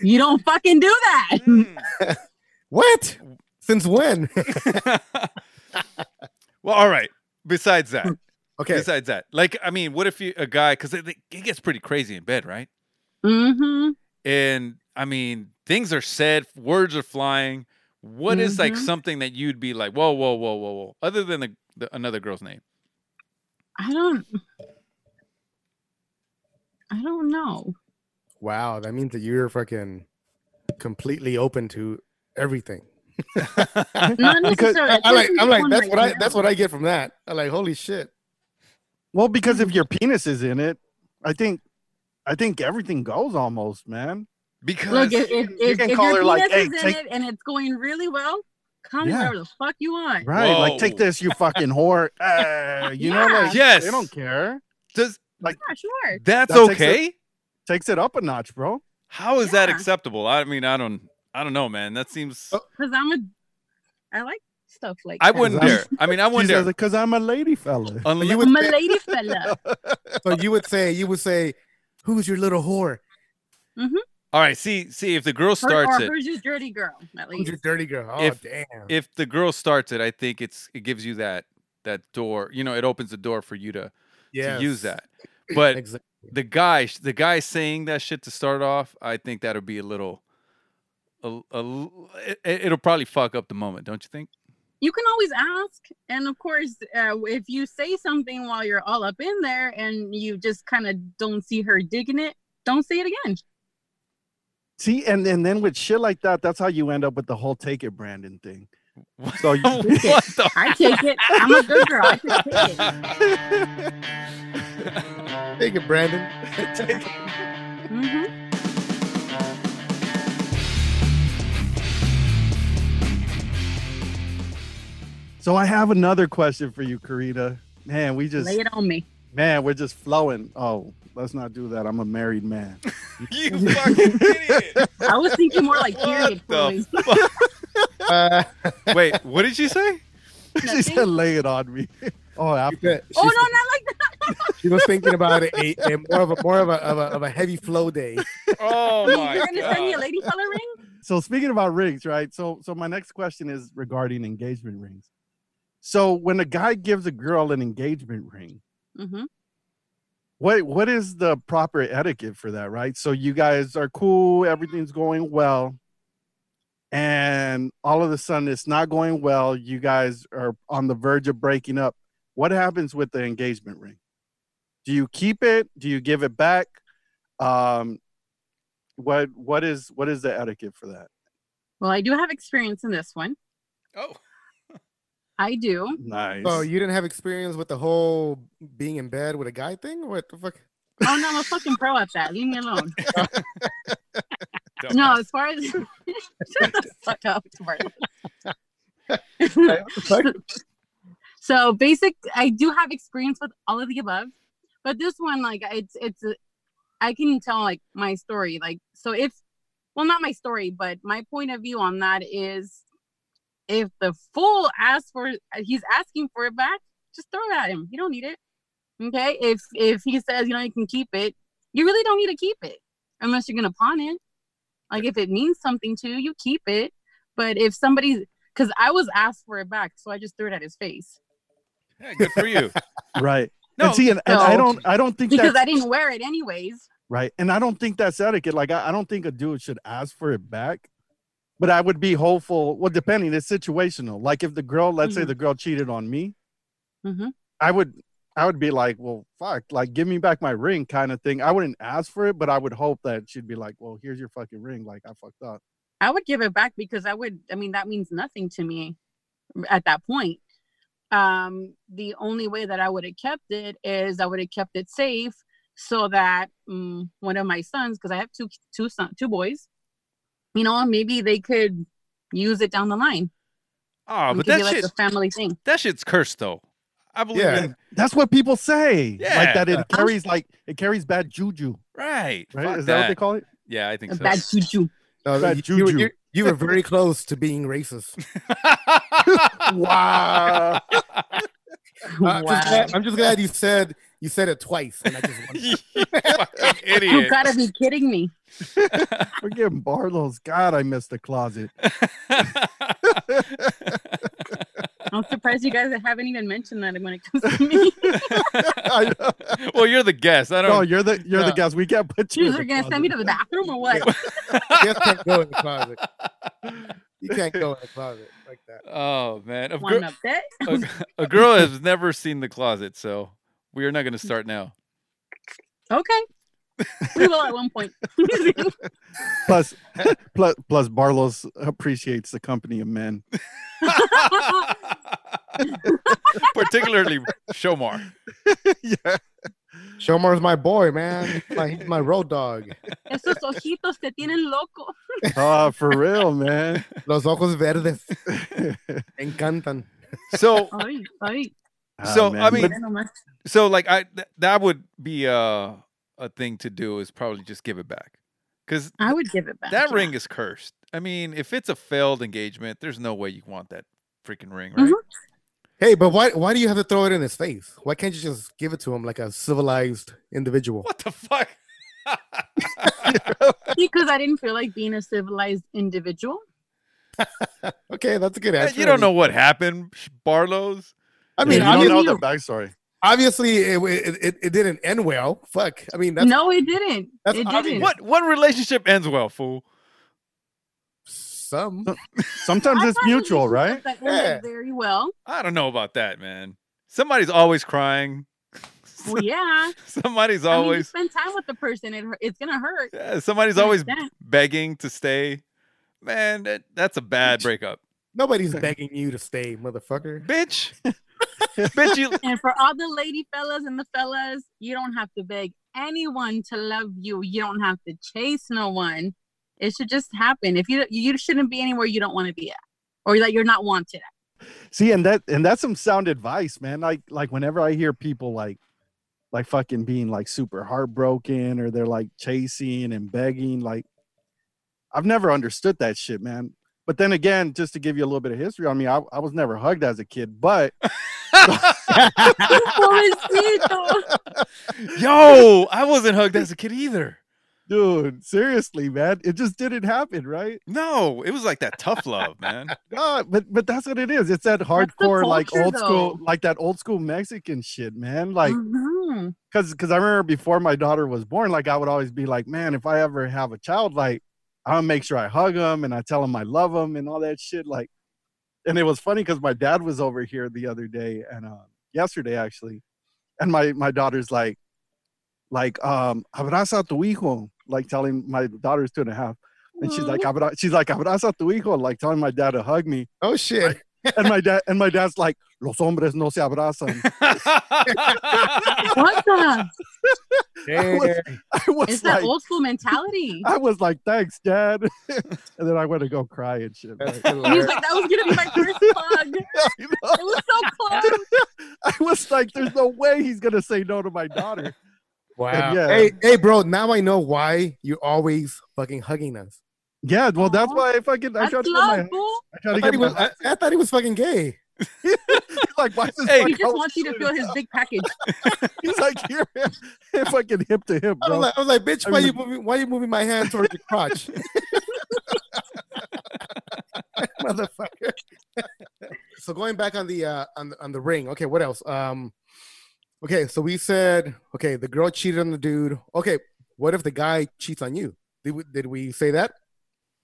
H: You don't fucking do that.
F: Hmm.
E: What? Since when?
F: well, all right. Besides that,
E: okay.
F: besides that, like I mean, what if you a guy? Because it, it gets pretty crazy in bed, right?
H: Mm-hmm.
F: And I mean, things are said, words are flying. What is like
H: Mhm.
F: something that you'd be like, whoa, whoa, whoa, whoa, whoa? Other than the, the another girl's name.
H: I don't. I don't know.
E: Wow, that means that you're fucking completely open to everything.
H: Not
E: Because
H: necessarily.
E: I, I like,
H: Especially
E: I'm like,
H: one
E: that's
H: right
E: what I,
H: now.
E: that's what I get from that. I'm like, holy shit.
G: Well, because
H: Mm.
G: if your penis is in it, I think, I think everything goes almost, man.
F: Because
H: Look, if, if,
G: You
H: if,
G: can
H: if
G: call
H: your
G: her like,
H: penis
G: "Hey,
H: is
G: take-
H: in it and it's going really well, call me
G: Yeah.
H: whatever the fuck you want.
G: Right? Like, take
F: Whoa.
G: this, you fucking whore. Uh, you know, like
F: Yes.
G: they don't care.
F: does
H: Yeah, sure.
F: that's
G: That takes a-
F: okay?
G: Takes it up a notch, bro.
F: How is that
H: Yeah.
F: acceptable? I mean, I don't, I don't know, man. That seems.
E: Oh,
H: Because I'm a. I like stuff like
F: I
H: that.
F: wouldn't
G: I'm-
F: dare. I mean, I
G: She
F: wouldn't
G: says
F: dare.
G: it because I'm a lady fella.
F: Unle-
E: you would-
H: I'm a lady fella.
E: So you would say, you would say, who's your little whore?
F: all right, see, see if the girl
H: Her,
F: starts
H: or
F: it.
H: who's your dirty girl? At
E: Who's
H: least.
E: your dirty girl? Oh
F: If-
E: damn.
F: If the girl starts it, I think it's it gives you that that door. You know, it opens the door for you to,
E: Yes.
F: to use that. But
E: Exactly.
F: the guy, the guy saying that shit to start off, I think that'll be a little. A, a, l- it, it'll probably fuck up the moment, don't you think?
H: you can always ask and of course uh, if you say something while you're all up in there and you just kind of don't see her digging it don't say it again
G: See, and, and then with shit like that, that's how you end up with the whole take it, Brandon thing. So you,
F: what the?
H: I take it. I'm a good girl. I can take it.
E: Take it, Brandon.
H: hmm
G: so I have another question for you, Karina. Man, we just
H: Lay it on me.
G: man, we're just flowing. Oh, let's not do that. I'm a married man.
F: you fucking idiot!
H: I was thinking more like period
F: What
H: flowing.
F: the? Fuck?
E: Uh,
F: Wait, what did you say?
G: she said, "Lay it on me." Oh, I,
E: she's-
H: Oh no, not like that.
E: she was thinking about it, a, a more of a more of a, of a of a heavy flow day.
F: Oh my
H: You're gonna send me a
F: god!
H: lady color ring?
G: so speaking about rings, right? So so my next question is regarding engagement rings. So when a guy gives a girl an engagement ring,
H: Mm-hmm.
G: what what is the proper etiquette for that, right? So you guys are cool, everything's going well, and all of a sudden it's not going well. You guys are on the verge of breaking up. What happens with the engagement ring? Do you keep it? Do you give it back? Um, what what is what is the etiquette for that?
H: Well, I do have experience in this one.
F: Oh,
H: I do.
G: Nice.
E: So you didn't have experience with the whole being in bed with a guy thing? What the fuck?
H: Oh no, I'm a fucking pro at that. Leave me alone.
F: dumbass.
H: No, as far as shut the fuck up,
E: What
H: Martin.
E: the fuck?
H: so basic, I do have experience with all of the above, but this one, like, it's it's, a- I can tell like my story, like, so if, well, not my story, but my point of view on that is, if the fool asks for, he's asking for it back, just throw it at him. You don't need it. Okay, if if he says you know you can keep it, you really don't need to keep it unless you're gonna pawn it. Like if it means something to you, you keep it. But if somebody, because I was asked for it back, so I just threw it at his face
F: Yeah, good for you.
G: right.
F: No,
G: and see, and, and I
H: no.
G: don't I don't think
H: because
G: that's
H: I didn't wear it anyways.
G: right? And I don't think that's etiquette. Like, I, I don't think a dude should ask for it back. But I would be hopeful. Well, depending, it's situational. Like, if the girl, let's say
H: Mhm.
G: the girl cheated on me,
H: Mhm.
G: I would, I would be like, well, fuck, like, give me back my ring, kind of thing. I wouldn't ask for it, but I would hope that she'd be like, well, here's your fucking ring. Like, I fucked up.
H: I would give it back because I would. I mean, that means nothing to me at that point. Um, the only way that I would have kept it is I would have kept it safe so that mm one of my sons, because I have two two son, two boys, you know, maybe they could use it down the line.
F: Oh,
H: It
F: but
H: could be
F: that
H: like
F: shit,
H: a family thing.
F: that shit's cursed though. I believe
E: Yeah.
F: in
G: That's what people say.
F: Yeah.
G: Like that, it carries like it carries bad juju.
F: right.
G: Right?
F: Fuck
G: Is that,
F: that.
G: what they call it?
F: Yeah, I think
H: a
F: so.
H: bad juju.
E: No,
G: Bad
E: you, you were,
G: juju.
E: you- you were very close to being racist.
G: Wow.
F: Uh,
E: Uh, I'm, just glad, I'm just glad you said you said it twice. And I just wanted-
F: You fucking
H: You
F: idiot.
H: gotta be kidding me.
G: We're getting Barlow's. God, I missed the closet.
H: I'm surprised you guys haven't even mentioned that when it comes to me.
G: I know.
F: well, you're the guest. I
G: No,
F: don't.
G: you're the you're the
E: No.
G: guest. We can't put you.
H: Jeez,
G: in
H: they're
G: the
H: gonna send me to
G: closet.
H: the bathroom or what?
E: you just can't go in the closet. You can't go in the closet like that.
F: oh man, a, gir-
H: One upset.
F: a, a girl has never seen the closet, so we are not going to start now.
H: Okay. We will at one point.
G: plus, plus, plus. Barlos appreciates the company of men.
F: Particularly Shomar.
G: yeah.
E: Shomar's my boy, man. He's my, he's my road dog.
H: Esos ojitos te tienen loco.
G: Oh, for real, man. Oh,
E: Los ojos verdes. Me encantan.
F: So,
H: Ay, ay.
G: Ah,
F: So, I mean-
H: mira nomás.
F: so like I th- that would be a a thing to do is probably just give it back because
H: I would give it back.
F: that
H: yeah.
F: ring is cursed. I mean, if it's a failed engagement, there's no way you want that freaking ring, right?
H: Mhm.
E: Hey, but why why do you have to throw it in his face? Why can't you just give it to him like a civilized individual?
F: What the fuck?
H: because I didn't feel like being a civilized individual.
E: Okay, that's a good
F: Man,
E: answer.
F: you
E: I
F: don't
E: mean-
F: know what happened, Barlow's.
E: I
G: yeah,
E: mean,
G: you
E: obviously,
G: don't know Oh, the backstory.
E: obviously it, it, it, it didn't end well. Fuck. I mean, that's
H: no, it didn't.
E: that's
H: it
E: obvious.
H: didn't.
F: What what relationship ends well, fool?
E: some.
G: Sometimes
H: I've
G: it's
H: had
G: mutual, right?
H: relationships That ended Very well.
F: I don't know about that, man. Somebody's always crying.
H: Well, yeah.
F: Somebody's
H: I mean, you
F: always
H: spend time with the person. It, hu- it's gonna hurt.
F: yeah, somebody's
H: I
F: always
H: understand.
F: begging to stay. Man, that, that's a bad breakup.
E: Nobody's begging you to stay, motherfucker.
F: Bitch. Bitch, you
H: And for all the lady fellas and the fellas, you don't have to beg anyone to love you. You don't have to chase no one. It should just happen. If you you shouldn't be anywhere you don't want to be at, or that you're not wanted at.
G: See, and that and that's some sound advice, man. Like like whenever I hear people like like fucking being like super heartbroken or they're like chasing and begging, like I've never understood that shit, man. But then again, just to give you a little bit of history on me, I, I was never hugged as a kid, but
H: Pobrecito.
F: Yo, I wasn't hugged as a kid either.
G: dude, seriously, man, it just didn't happen, right?
F: No, it was like that tough love, man.
G: No, but but that's what it is. It's that
H: That's the
G: hardcore, like
H: culture,
G: old school,
H: though.
G: like that old school Mexican shit, man. Like
H: Mhm.
G: because because I remember before my daughter was born, like I would always be like, man, if I ever have a child, like I'll make sure I hug him and I tell him I love him and all that shit. Like, and it was funny because my dad was over here the other day and uh, yesterday actually, and my my daughter's like, like um, abraza a tu hijo, like telling my daughter's two and a half, and she's
H: Mm-hmm.
G: like, Abra-, she's like abraza a tu hijo, like telling my dad to hug me,
E: Oh shit.
G: and my dad and my dad's like, los hombres no se abrazan.
H: what the?
G: I was, I was
H: It's
G: like,
H: that old school mentality.
G: I was like, thanks, Dad. and then I went to go cry and shit.
E: That's
G: right?
H: And he's
E: hilarious.
H: like, that was gonna be my first plug. It
G: You know?
H: was so close.
G: I was like, there's no way he's gonna say no to my daughter.
E: wow.
G: yeah.
E: Hey, hey, bro. Now I know why you're always fucking hugging us.
G: Yeah, well, that's
H: Aw.
G: why if I get, I
H: That's
G: try to get
H: love,
G: my,
H: fool.
G: I
E: I
G: try to
E: thought,
G: get
E: he
G: my,
E: was, I, I thought he was fucking gay.
G: like, why is this
F: Hey.
G: fuck
F: He
H: He just
G: always
H: wants you to
G: shooting
H: feel his
G: up?
H: big package.
G: He's like, here, if I can hip to hip,
E: I was
G: bro.
E: like, I was like bitch,
G: I
E: why
G: mean-
E: you moving? Why you moving my hand towards your crotch, motherfucker? so going back on the uh, on the, on the ring. Okay, what else? Um, okay, so we said okay, the girl cheated on the dude. Okay, what if the guy cheats on you? Did we, did we say that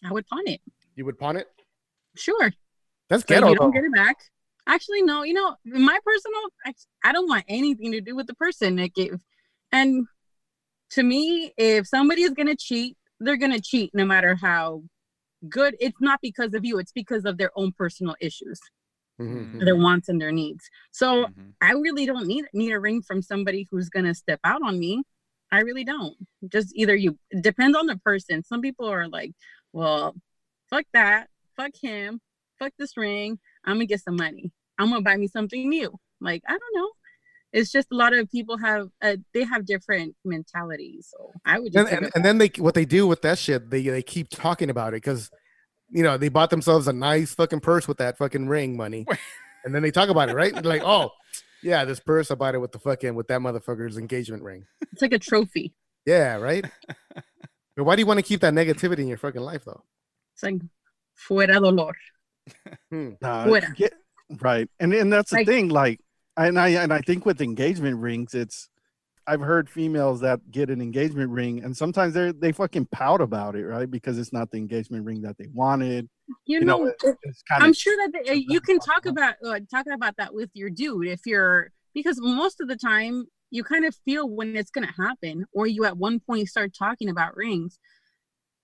H: I would pawn it.
E: you would pawn it?
H: Sure.
E: That's
H: But
E: ghetto.
H: you don't
E: though.
H: get it back. Actually, no. You know, my personal, I, I don't want anything to do with the person that gave. And to me, if somebody is gonna cheat, they're gonna cheat no matter how good. It's not because of you. It's because of their own personal issues,
E: Mhm.
H: their wants and their needs. So I really don't need need a ring from somebody who's gonna step out on me. I really don't. Just either you it depends on the person. Some people are like, well, fuck that, fuck him, fuck this ring. I'm gonna get some money. I'm gonna buy me something new. Like I don't know. It's just a lot of people have uh, they have different mentalities. So I would just
E: and,
H: give
E: and,
H: it
E: and then they what they do with that shit they they keep talking about it because you know they bought themselves a nice fucking purse with that fucking ring money and then they talk about it right They're like oh yeah this purse i bought it with the fucking with that motherfucker's engagement ring
H: back. it's like a trophy.
E: yeah right but why do you want to keep that negativity in your fucking life though
H: It's like fuera dolor.
G: Nah,
H: Fuera.
G: Uh, yeah, right, and and that's the
H: Like-
G: thing. Like, and I and I think with engagement rings, it's I've heard females that get an engagement ring, and sometimes they are they fucking pout about it, right? Because it's not the engagement ring that they wanted.
H: You,
G: You know,
H: know,
G: it- it's kind
H: I'm
G: of
H: sure that they, uh, you can talk about uh, talk about that with your dude if you're because most of the time you kind of feel when it's gonna happen, or you at one point start talking about rings.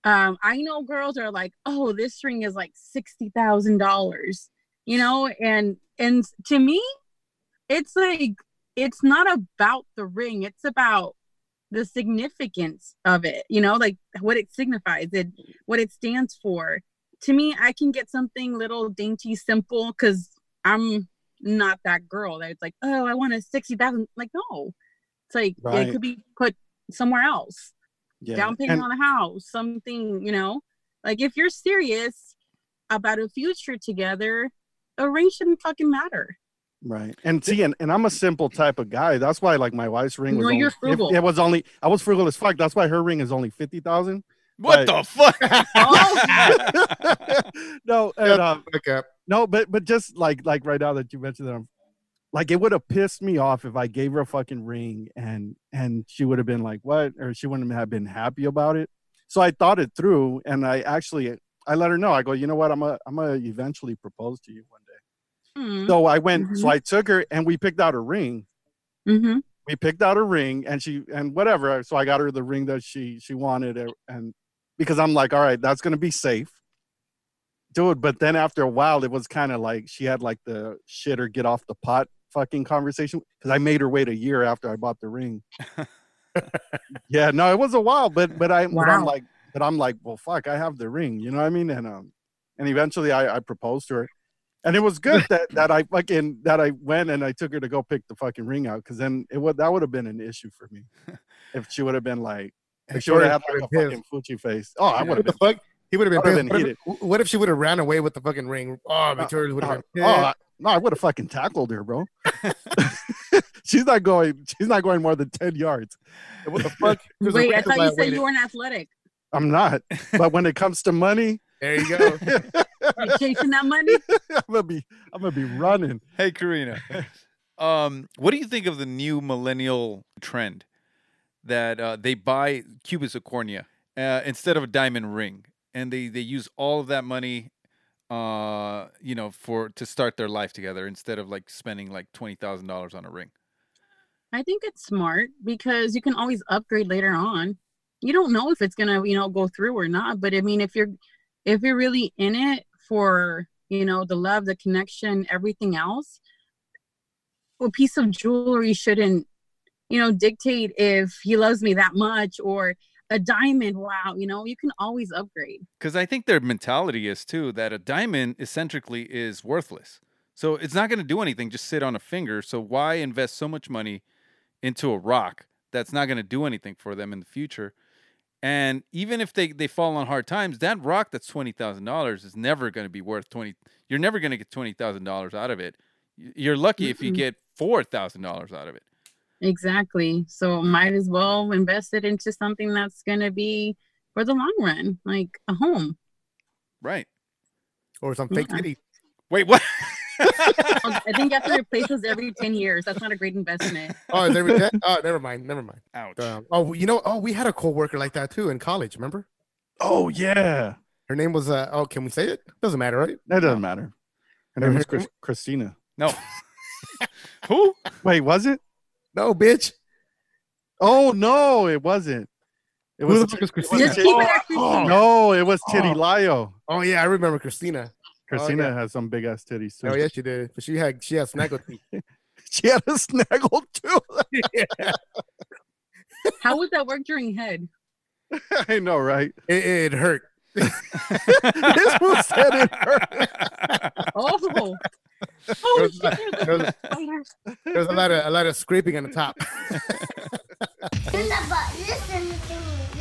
H: Um, I know girls are like, "Oh, this ring is like sixty thousand dollars," you know, and and to me, it's like it's not about the ring; it's about the significance of it. You know, like what it signifies, it what it stands for to me, I can get something little dainty, simple, because I'm not that girl that's like, oh, I want a sixty thousand. Like, no, it's like
G: Right.
H: it could be put somewhere else,
G: yeah.
H: down payment
G: And-
H: on a house, something, you know. Like, if you're serious about a future together, a ring shouldn't fucking matter.
G: Right. And see, and, and I'm a simple type of guy. That's why like my wife's ring was
H: No,
G: only,
H: you're
G: it-
H: frugal.
G: It, was only I was frugal as fuck. That's why her ring is only fifty thousand.
F: What the fuck?
G: no, and, uh,
E: Fuck up.
G: no, but but just like like right now that you mentioned that I'm like it would have pissed me off if I gave her a fucking ring and and she would have been like, What? Or she wouldn't have been happy about it. So I thought it through and I actually I let her know. I go, you know what, I'm a I'm gonna eventually propose to you one day.
H: Mm-hmm. Mm-hmm.
G: So I went so I took her and we picked out a ring. we picked out a ring and she and whatever so i got her the ring that she she wanted and- and because i'm like all right that's going to be safe dude but then after a while it was kind of like she had like the shit or get off the pot fucking conversation because i made her wait a year after i bought the ring yeah no it was a while but but i but i'm
H: Wow.
G: like but i'm like well fuck i have the ring you know what i mean and um and eventually i i proposed to her and it was good that that I fucking that I went and I took her to go pick the fucking ring out because then it would that would have been an issue for me if she would have been like if she would have had like a
E: Victoria's
G: fucking Fuji face. Oh, I
E: pissed.
G: would
E: What
G: have
E: the
G: been.
E: fuck? He would have
G: I
E: been.
G: would've been
E: pissed. What if- What if she would have ran away with the fucking ring? Oh, Victoria would
G: Oh,
E: have been.
G: oh,
E: pissed.
G: I- no, I would have fucking tackled her, bro. she's not going. She's not going more than ten yards.
E: What the fuck? There's a
H: Wait, I
E: reason
H: thought
E: why
H: you said
E: waited.
H: you weren't athletic.
G: I'm not. But when it comes to money,
E: There you go.
H: You're chasing that money.
G: I'm gonna be. I'm gonna be running.
F: Hey, Karina. um, what do you think of the new millennial trend that uh, they buy cubits of cornea uh, instead of a diamond ring, and they they use all of that money, uh, you know, for to start their life together instead of like spending like twenty thousand dollars on a ring.
H: I think it's smart because you can always upgrade later on. You don't know if it's gonna, you know, go through or not. But I mean, if you're if you're really in it for, you know, the love, the connection, everything else, a piece of jewelry shouldn't, you know, dictate if he loves me that much or a diamond. Wow, you know, you can always upgrade.
F: Because I think their mentality is too that a diamond eccentrically is worthless. So it's not going to do anything, just sit on a finger. So why invest so much money into a rock that's not going to do anything for them in the future? And even if they, they fall on hard times, that rock that's $20,000 is never going to be worth 20. You're never going to get $20,000 out of it. Y- You're lucky if you
H: Mhm.
F: get $4,000 out of it.
H: Exactly. So might as well invest it into something that's gonna be for the long run, like a home.
F: Right.
E: or some fake
H: Okay.
E: titty.
F: Wait, what?
H: Well, I think you have to replace those every 10 years. That's not a great investment.
E: Oh, there we, that, oh, never mind. Never mind.
F: Ouch.
E: Um, oh, you know. Oh, we had a coworker like that too in college. Remember?
G: Oh yeah,
E: Her name was. Uh, oh, can we say it? Doesn't matter, right?
G: that doesn't matter. Her name was
E: Mhm.
G: Chris- Christina.
F: No. Who?
G: Wait, was it?
E: No, bitch.
G: Oh no, it wasn't. It
E: Who
G: was
E: the fuck is Christina?
H: Just keep it at 15.
G: No, it was Titty
E: Oh.
G: Lio.
E: Oh yeah, I remember Christina.
G: Christina has some big ass titties too.
E: Oh yeah, she did. But she had she had snaggle teeth.
G: She had a snaggle too.
H: How would that work during E head?
G: I know, right?
E: It, it hurt.
G: This fool said it
H: Oh, oh shit, there's
E: There was,
H: a spider.
E: there was a lot of a lot of scraping on the top.
B: Listen to me.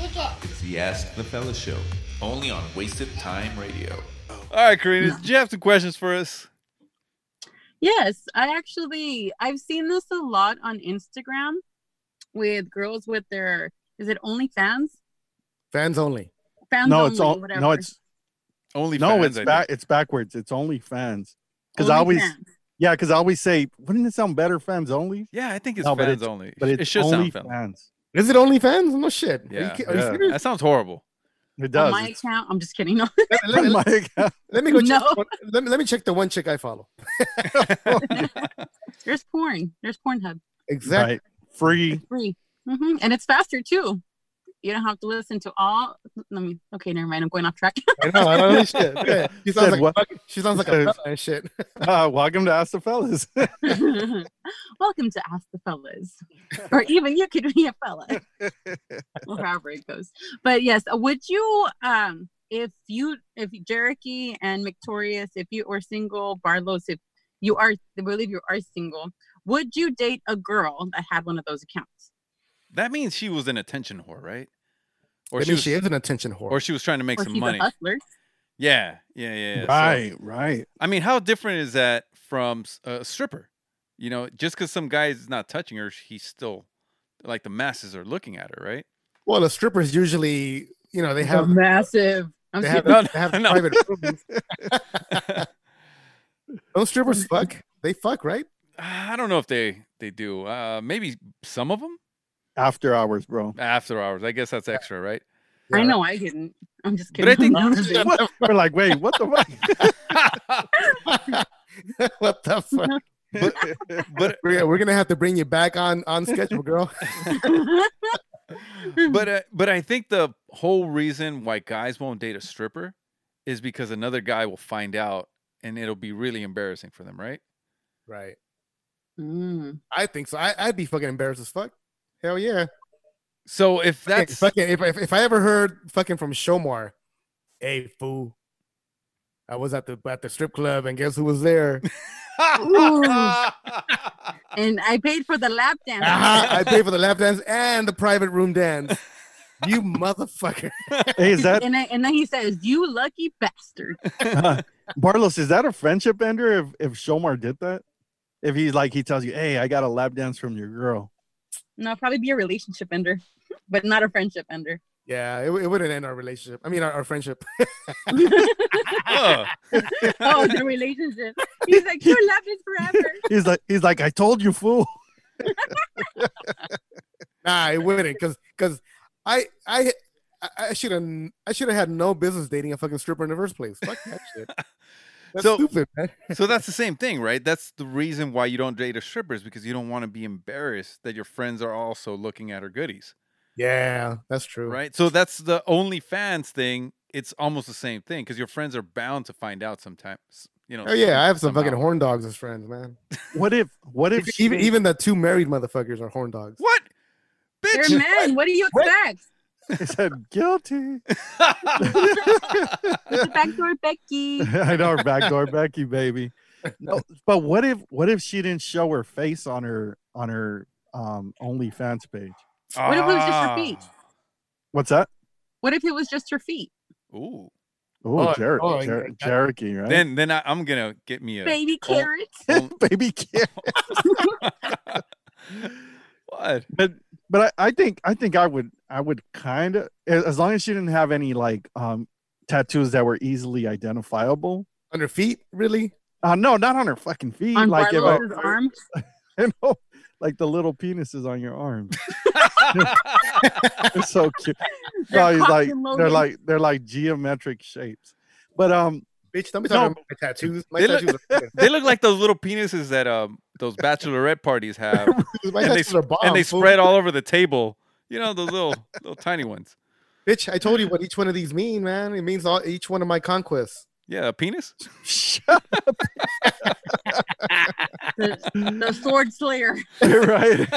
B: Look at
A: It's the Ask the Fella Show, only on Wasted Time Radio.
F: All right, Karina, did you have some questions for us?
H: Yes, I actually I've seen this a lot on Instagram with girls with their is it OnlyFans?
E: Fans only.
H: Fans
G: no, it's
H: only,
G: all
H: whatever.
G: no, it's
F: Only
G: no,
F: fans,
G: it's
F: I think.
G: back, it's backwards. It's only fans. Because I always,
H: OnlyFans.
G: yeah, because I always say, wouldn't it sound better fans only?
F: Yeah, I think it's
G: No, but
F: fans
G: it's-
F: only.
G: But it's
F: it should
G: only
F: sound fans.
G: fans.
E: Is it only fans? No shit. Are you
F: Yeah.
E: ki- are you
G: Yeah.
E: serious?
F: That sounds horrible.
G: It
H: On
G: does.
H: my
G: It's-
H: account. I'm just kidding. No.
E: Let- let- let-
G: my God.
E: Let me go check.
H: No.
E: one- Let me, let me check the one chick I follow.
H: There's porn. There's Pornhub.
E: Exactly.
G: Right. Free.
H: Free. hmm And it's faster too. You don't have to listen to all let me okay, never mind. I'm going off track.
E: I know. I don't know Oh, shit. Yeah. She
G: Said
E: sounds like
G: what?
E: a fucking- she sounds like a
G: Said-
E: fella and shit.
G: Uh, welcome to Ask the Fellas.
H: Welcome to Ask the Fellas, or even you could be a fella, or however it goes. But yes, uh, would you, um, if you, if Jericho and Victorious, if you are single, Barlos, if you are, I believe you are single, would you date a girl that had one of those accounts?
F: That means she was an attention whore, right? Or
E: That
F: she
E: means
F: was,
E: she is an attention whore.
F: or she was trying to make
H: or
F: some
H: she's
F: money.
H: a hustler.
F: Yeah, yeah, yeah. yeah. So,
G: right, right.
F: I mean, how different is that from s- a stripper? You know, just because some guy is not touching her, he's still like the masses are looking at her, right?
E: well, the strippers usually, you know, they have
H: massive. I'm
E: they
H: serious.
E: have,
F: No,
E: they have
F: no.
E: private rooms. Those strippers
H: Mm-hmm.
E: fuck. They fuck, right?
F: I don't know if they they do. Uh, maybe some of them
G: After hours, bro.
F: after hours. I guess that's extra, right?
H: I know I didn't. I'm just
F: But I
H: kidding.
F: think-
H: I'm just kidding.
G: What? We're like, wait, what the fuck?
H: Mm-hmm.
E: what the fuck?
F: but
E: We're, we're gonna have to bring you back on on schedule, girl.
F: but uh, but I think the whole reason why guys won't date a stripper is because another guy will find out and it'll be really embarrassing for them, right?
E: right.
H: Mm.
E: I think so. I, I'd be fucking embarrassed as fuck. Hell yeah.
F: So if that's
E: fucking if, if if I ever heard fucking from Shomar, hey fool. I was at the at the strip club and guess who was there?
H: And I paid for the lap dance.
E: Aha, I paid for the lap dance and the private room dance. You motherfucker.
G: Hey, is that uh,
H: and, I, and then he says, "You lucky bastard."
G: Barlos? Is that a friendship ender? If if Shomar did that, if he's like he tells you, "Hey, I got a lap dance from your girl,"
H: No, it'd probably be a relationship ender, but not a friendship ender.
E: Yeah, it, it wouldn't end our relationship. I mean, our, our friendship.
F: Ugh.
H: Oh, the relationship. He's like, "You love it forever."
G: he's like he's like, "I told you, fool."
E: Nah, it wouldn't, cause cause I I I should have I should have had no business dating a fucking stripper in the first place. Fuck that shit. That's
F: So-
E: stupid, man.
F: so that's the same thing, right? That's the reason why you don't date a stripper is because you don't want to be embarrassed that your friends are also looking at her goodies,
E: Yeah, that's true.
F: right? So that's the OnlyFans thing. It's almost the same thing because your friends are bound to find out sometimes. You know.
E: Oh yeah, I have some
F: somehow.
E: fucking horn dogs as friends, man.
G: What if what if
E: Even,
G: she
E: even
G: didn't-
E: even the two married motherfuckers are horn dogs.
F: What?
H: They're
F: Bitch.
H: men. What do you expect?
G: he said guilty?
H: It's a backdoor Becky.
G: I know her backdoor Becky, baby. No, but what if what if she didn't show her face on her on her um OnlyFans page?
H: What if it was
F: Ah.
H: just her feet?
G: What's that?
H: What if it was just her feet?
F: Ah, Ooh.
G: Ooh,
E: Oh,
G: Jer-
E: oh,
G: Jer-
E: yeah.
G: Cherokee, right?
F: Then then I, I'm gonna get me a
H: Baby
F: Oh.
H: carrots.
F: on-
G: baby kid.
F: what?
G: But but I, I think I think I would I would kind of as long as she didn't have any like um tattoos that were easily identifiable.
E: On their feet, really?
G: Uh no, not on her fucking feet.
H: On
G: like if I,
H: Barlow's arm.
G: you know, like the little penises on your arms. It's so cute. No,
H: They're
G: he's like
H: cock-and-loaded.
G: they're like they're like geometric shapes. But um,
E: Bitch, don't be
G: No.
E: talking about my tattoos. My
F: They look-
E: tattoos, are, fucking-
F: they look like those little penises that um those bachelorette parties have,
E: my
F: And they
E: tattoos are bomb.
F: and they
E: fool.
F: spread all over the table. You know those little little tiny ones.
E: Bitch, I told you what each one of these mean, man. It means all each one of my conquests.
F: Yeah, a penis.
H: the, the sword slayer.
G: right?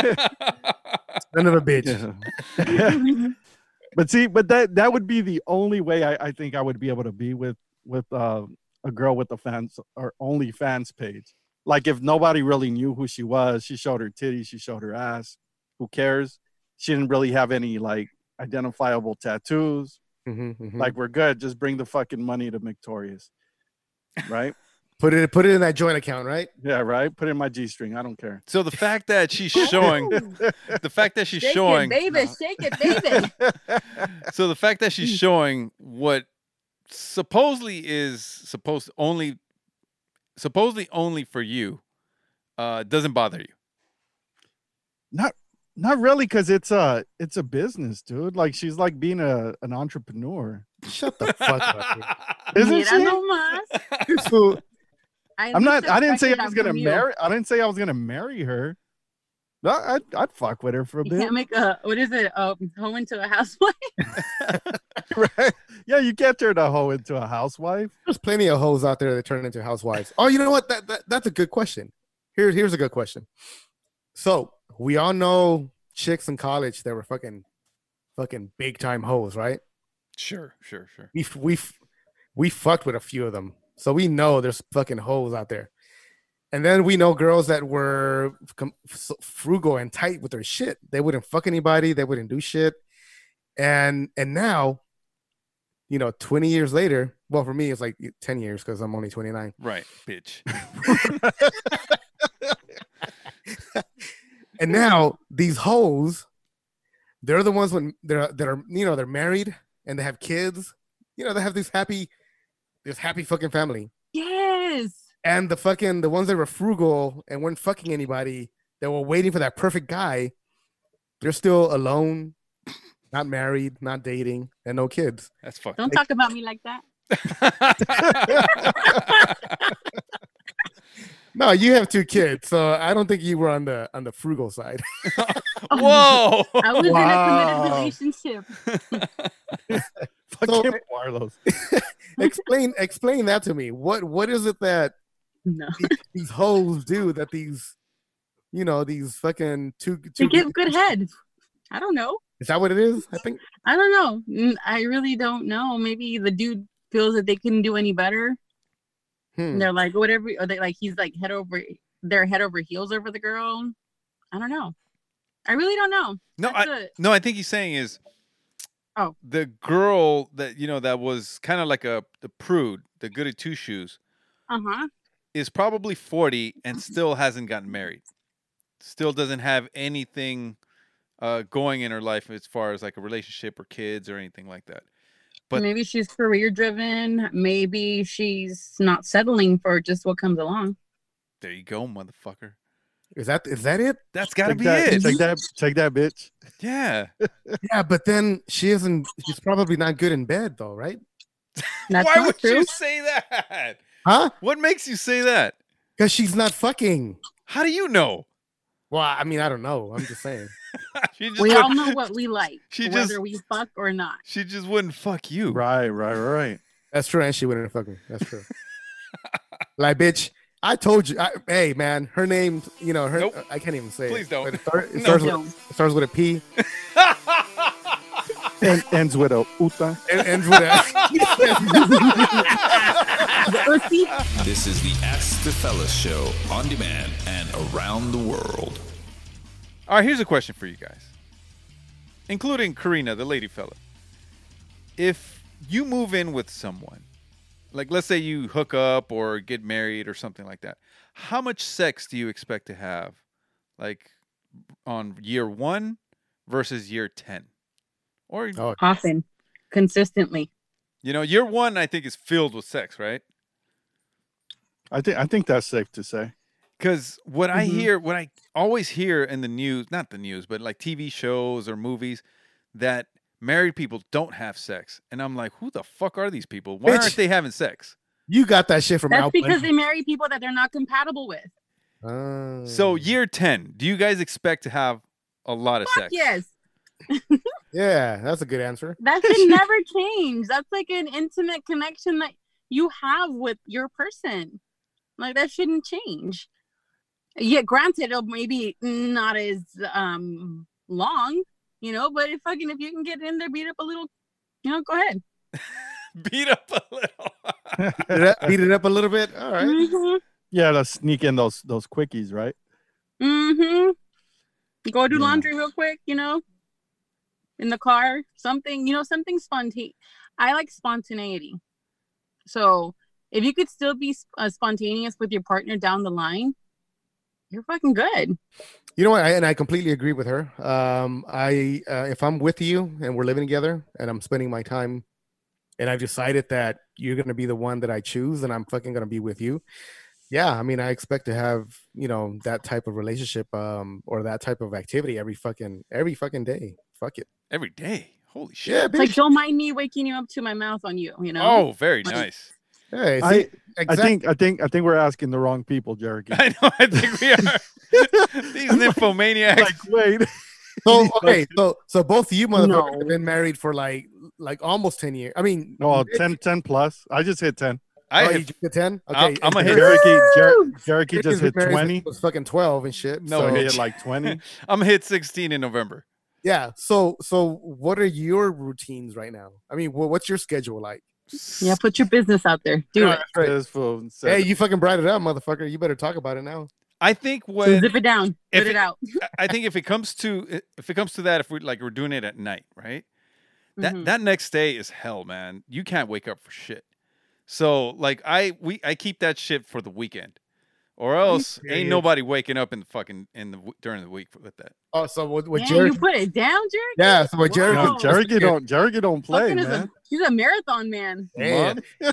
E: None of a bitch.
G: but see, but that that would be the only way I, I think I would be able to be with with uh, a girl with a fans or only fans page. Like if nobody really knew who she was, she showed her titties, she showed her ass. Who cares? She didn't really have any like identifiable tattoos.
E: Mhm, mhm.
G: Like we're good. Just bring the fucking money to Victorious, right?
E: put it put it in that joint account, right?
G: yeah, right. Put it in my g string. I don't care.
F: So the fact that she's showing, the fact that she's
H: Shake
F: showing,
H: it, baby. Shake it, baby.
F: so the fact that she's showing what supposedly is supposed only, supposedly only for you, uh, doesn't bother you.
G: Not really, because it's a it's a business, dude. Like she's like being a an entrepreneur,
E: Shut the fuck up. dude.
G: isn't she?
H: Mira nomás.
E: You fool.
H: I
G: I'm
H: least
G: not. I didn't say
H: expected
G: I
H: that
G: was gonna
H: from you.
G: marry. I didn't say I was gonna marry her. No, I'd, I'd fuck with her for a
H: You
G: bit.
H: can't make a what is it? A home into a housewife.
G: Right? Yeah, you can't turn a hoe into a housewife.
E: There's plenty of hoes out there that turn into housewives. Oh, you know what? That, that that's a good question. Here's here's a good question. So we all know chicks in college that were fucking fucking big time hoes, right?
F: Sure, sure, sure.
E: We f- we f- we fucked with a few of them, so we know there's fucking hoes out there. And then we know girls that were com- so frugal and tight with their shit. They wouldn't fuck anybody. They wouldn't do shit. And and now, you know, 20 years later. Well, for me, it's like 10 years because I'm only 29.
F: Right, bitch.
E: And now these hoes, they're the ones when they're that are you know they're married and they have kids. You know they have this happy, this happy fucking family.
H: Yes.
E: And the fucking the ones that were frugal and weren't fucking anybody, that were waiting for that perfect guy. They're still alone, not married, not dating, and no kids.
F: That's fucked.
H: Don't talk about me like that.
E: No, you have two kids, so I don't think you were on the on the frugal side.
F: Whoa.
H: Um, I was in a committed
G: Wow.
H: relationship.
G: Fuck
E: So-
G: him, Marlos.
E: explain explain that to me. What what is it that
H: No,
E: these hoes do that these you know these fucking two
H: to
E: two
H: give good head. I don't know.
E: is that what it is? I think
H: I don't know. Mm, I really don't know. Maybe the dude feels that they couldn't do any better.
E: hmm.
H: And they're like, whatever. Or they like, he's like head over, they're head over heels over the girl. I don't know. I really don't know.
F: No,
H: That's
F: I,
H: it.
F: no, I think he's saying is
H: Oh.
F: the girl that you know that was kind of like a the prude, the goody two shoes,
H: Uh huh.
F: is probably forty and still hasn't gotten married. Still doesn't have anything uh, going in her life as far as like a relationship or kids or anything like that. But-
H: maybe she's career driven. Maybe she's not settling for just what comes along.
F: There you go, motherfucker.
E: is that is that it?
F: That's gotta
G: Take
F: be
G: that,
F: it.
G: Take that, take that, bitch.
F: yeah.
E: Yeah, but then she isn't. She's probably not good in bed though, right?
H: That's
F: Why
H: not
F: would
H: true.
F: you say that?
E: Huh?
F: What makes you say that?
E: Because she's not fucking.
F: How do you know?
E: Well, I mean, I don't know. I'm just saying.
F: she just
H: We
F: went-
H: all know what we like,
F: She
H: whether
F: just-
H: we fuck or not.
F: She just wouldn't fuck you.
G: Right, right, right.
E: That's true, and she wouldn't fuck me. That's true. like, bitch, I told you. I, hey, man, her name. You know, her. uh,
F: Nope.
E: I can't even say.
F: Please
E: it,
F: don't.
E: but It, start- it
F: No.
E: starts, with,
H: Don't.
E: it starts with a P.
G: And ends with a uta.
E: It ends with a.
A: This is the Ask the Fellas show on demand and around the world.
F: All right, here's a question for you guys, including Karina, the lady fella. If you move in with someone, like let's say you hook up or get married or something like that, how much sex do you expect to have, like on year one versus year 10? Or,
E: oh,
H: Often, consistently.
F: you know, year one, I think, is filled with sex, right?
G: I think I think that's safe to say.
F: Because what I
H: Mhm.
F: hear, what I always hear in the news, not the news, but like TV shows or movies, that married people don't have sex. And I'm like, who the fuck are these people? Why aren't
E: Bitch.
F: they having sex?
E: you got that shit from
H: That's
E: Outland.
H: because they marry people that they're not compatible with.
E: Oh.
F: So, year 10, do you guys expect to have a lot of
H: Fuck
F: sex?
H: yes.
E: yeah, that's a good answer.
H: That should never change. That's like an intimate connection that you have with your person. Like that shouldn't change. Yeah, granted, it'll maybe not as um long, you know, but if fucking if you can get in there, beat up a little, you know, go ahead.
F: Beat up a little.
E: Beat it up- beat it up a little bit. All right.
H: Mhm.
G: yeah, let's sneak in those those quickies, right?
H: Mm-hmm. Go do
G: Yeah.
H: laundry real quick, you know, in the car, something, you know, something spontaneous. I like spontaneity. So if you could still be sp- uh, spontaneous with your partner down the line, you're fucking good.
E: You know what? I, and I completely agree with her. Um, I uh, if I'm with you and we're living together and I'm spending my time, and I've decided that you're gonna be the one that I choose, and I'm fucking gonna be with you. Yeah, I mean, I expect to have you know that type of relationship um, or that type of activity every fucking every fucking day. Fuck it.
F: Every day. Holy shit.
E: Yeah,
H: It's like,
E: bitch.
H: don't mind me waking you up to my mouth on you, you know?
F: Oh, very
H: Like-
F: nice.
E: Hey, see,
G: I, I
E: exact-
G: think I think I think we're asking the wrong people, Jericho.
F: I know. I think we are. These nymphomaniacs.
G: like, wait,
E: so. Okay, so so both of you motherfuckers
H: No.
E: have been married for like like almost ten years. I mean,
G: no, 10, 10 plus. I just hit ten.
F: I
E: oh,
F: have-
E: you just hit ten. Okay,
F: I'm- I'm a
E: and
F: hit-
E: Eric-
G: Jericho, Jer-
H: Woo!
G: Jericho
E: Eric
G: just hit
E: married since
G: twenty.
E: he was fucking twelve and shit.
F: No,
E: so-
G: So
F: he
G: he hit like twenty.
F: I'm hit 16 in November.
E: Yeah. So, so what are your routines right now? I mean, wha- what's your schedule like?
H: Yeah, put your business out there. Do it.
E: right.
G: This fool
E: Hey,
G: said-
E: you fucking brought it up, motherfucker. You better talk about it now.
F: I think what
H: Zip it down.
F: if
H: Put it,
F: it-
H: out.
F: I- I think if it comes to if it comes to that, if we like we're doing it at night, right? That
E: Mm-hmm.
H: Mhm.
F: that next day is hell, man. You can't wake up for shit. So like I we I keep that shit for the weekend, or else ain't
E: serious?
F: nobody waking up in the fucking in the w- during the week with that.
E: Oh, so what, what
H: yeah,
E: Jerry?
H: you put it down, Jerry.
E: yeah. So what Jerry?
H: Wow.
G: no, Jericho don't Jericho don't play,
H: Fucking is
G: man.
H: a, he's a marathon man.
E: Man,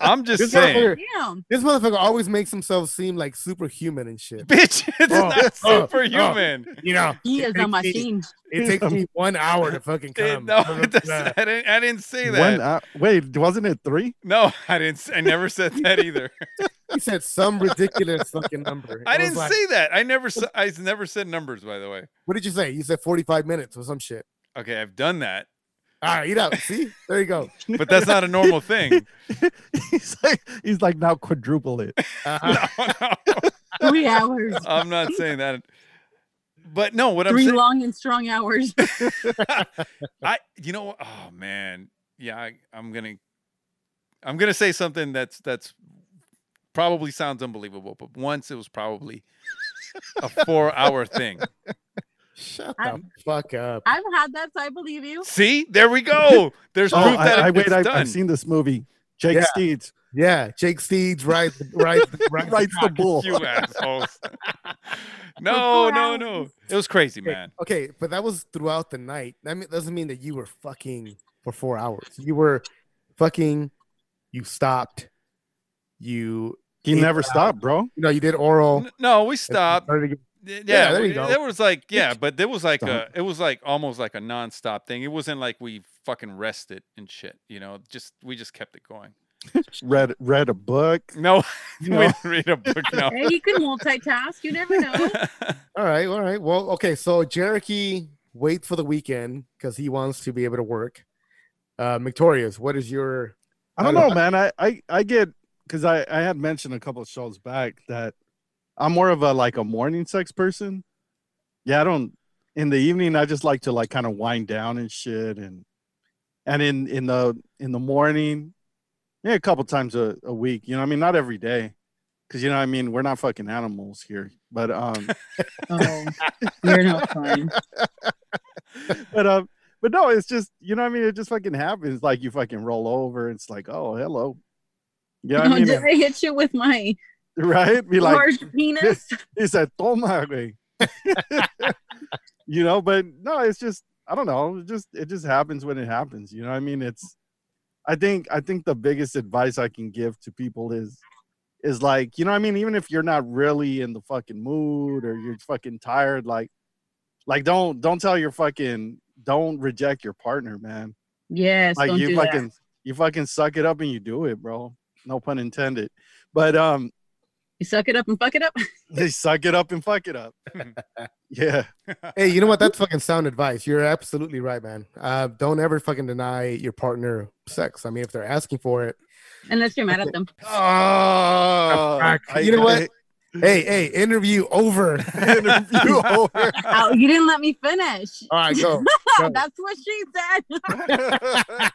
F: I'm just
E: this,
F: saying,
E: motherfucker,
H: Damn.
E: this motherfucker always makes himself seem like superhuman and shit.
F: bitch, it's
E: Oh,
F: not
E: oh, oh.
F: superhuman.
E: You know,
H: He
E: it
H: is a
E: takes me-
H: machine.
E: It takes me one hour to fucking
F: It-
E: come.
F: no, it doesn't- I didn't. I
E: uh,
F: didn't say that.
G: One, hou- wait, uh, wasn't it three?
F: No, I didn't. s- I never said that either.
E: he said some ridiculous fucking number.
F: I
E: It was
F: didn't
E: like-
F: say that. I never. s- I never said numbers. By the way.
E: What did you say? You said 45 minutes or some shit.
F: Okay, I've done that,
E: All right, eat up. See, there you go.
F: but that's not a normal thing.
G: he's like, he's like now quadruple it.
E: Uh-huh.
F: No, no,
H: Three hours.
F: I'm not saying that. But no, what I'm
H: Three
F: saying,
H: long and strong hours.
F: I you know, what? oh man, yeah, I, I'm gonna, I'm gonna say something that's that's probably sounds unbelievable, but once it was probably a four-hour thing.
E: Shut
H: I-
E: the fuck up.
H: I've had that, so I believe you.
F: See, there we go. There's
G: Oh,
F: proof that
G: I, I
F: it's
G: wait, I,
F: done.
G: I've seen this movie. Jake
E: Yeah.
G: Steeds
E: Yeah, Jake Steeds rides rides rides,
G: writes the bull.
F: you assholes. no,
H: four
F: no, no.
H: hours.
F: It was crazy,
E: Okay,
F: man.
E: Okay, but that was throughout the night. That mean, doesn't mean that you were fucking for four hours. You were fucking. You stopped. You
G: He never stopped, bro.
E: you know you did oral.
F: N- No, we stopped.
E: Started to-
F: Yeah,
E: Yeah, there
F: there,
E: you go.
F: was like yeah, but there was like a
G: Stop.
F: it was like almost like a nonstop thing. It wasn't like we fucking rested and shit. You know, just we just kept it going.
G: Read read a book.
F: No,
G: No.
F: we didn't read a book. No.
H: Hey, you can multitask. You never know.
E: All right, all right. Well, okay. So Jericho waits for the weekend because he wants to be able to work. Uh, Victorious, what is your?
G: I don't
E: I-
G: know, man. I I, I get because I I had mentioned a couple of shows back that I'm more of a like a morning sex person. Yeah, I don't. In the evening, I just like to like kind of wind down and shit, and and in in the in the morning, yeah, a couple times a, a week. You know, what I mean, not every day, because you know, what I mean, we're not fucking animals here. But um,
H: Oh, you're not fun.
G: but um, but no, it's just you know, what I mean, it just fucking happens. Like you fucking roll over, and it's like, oh, hello. Yeah, you know what I mean,
H: Did I hit you with my
G: right? Be like,
H: large penis?
G: He said, toma, güey. you know, but no, it's just, I don't know. It just, it just happens when it happens. You know what I mean? It's, I think, I think the biggest advice I can give to people is, is like, you know what I mean? Even if you're not really in the fucking mood or you're fucking tired, like, like don't, don't tell your fucking, don't reject your partner, man.
H: Yes,
G: Like
H: don't
G: you
H: do
G: fucking,
H: that.
G: you fucking suck it up and you do it, bro. No pun intended. But, um,
H: You suck it up and fuck it up.
G: they suck it up and fuck it up. yeah.
E: Hey, you know what? That's fucking sound advice. You're absolutely right, man. Uh, don't ever fucking deny your partner sex. I mean, if they're asking for it,
H: Unless you're mad at them.
G: Oh,
E: fuck. You know what? hey, hey, interview over. interview over.
H: Oh, you didn't let me finish.
E: All right, go. go.
H: That's what she
G: I-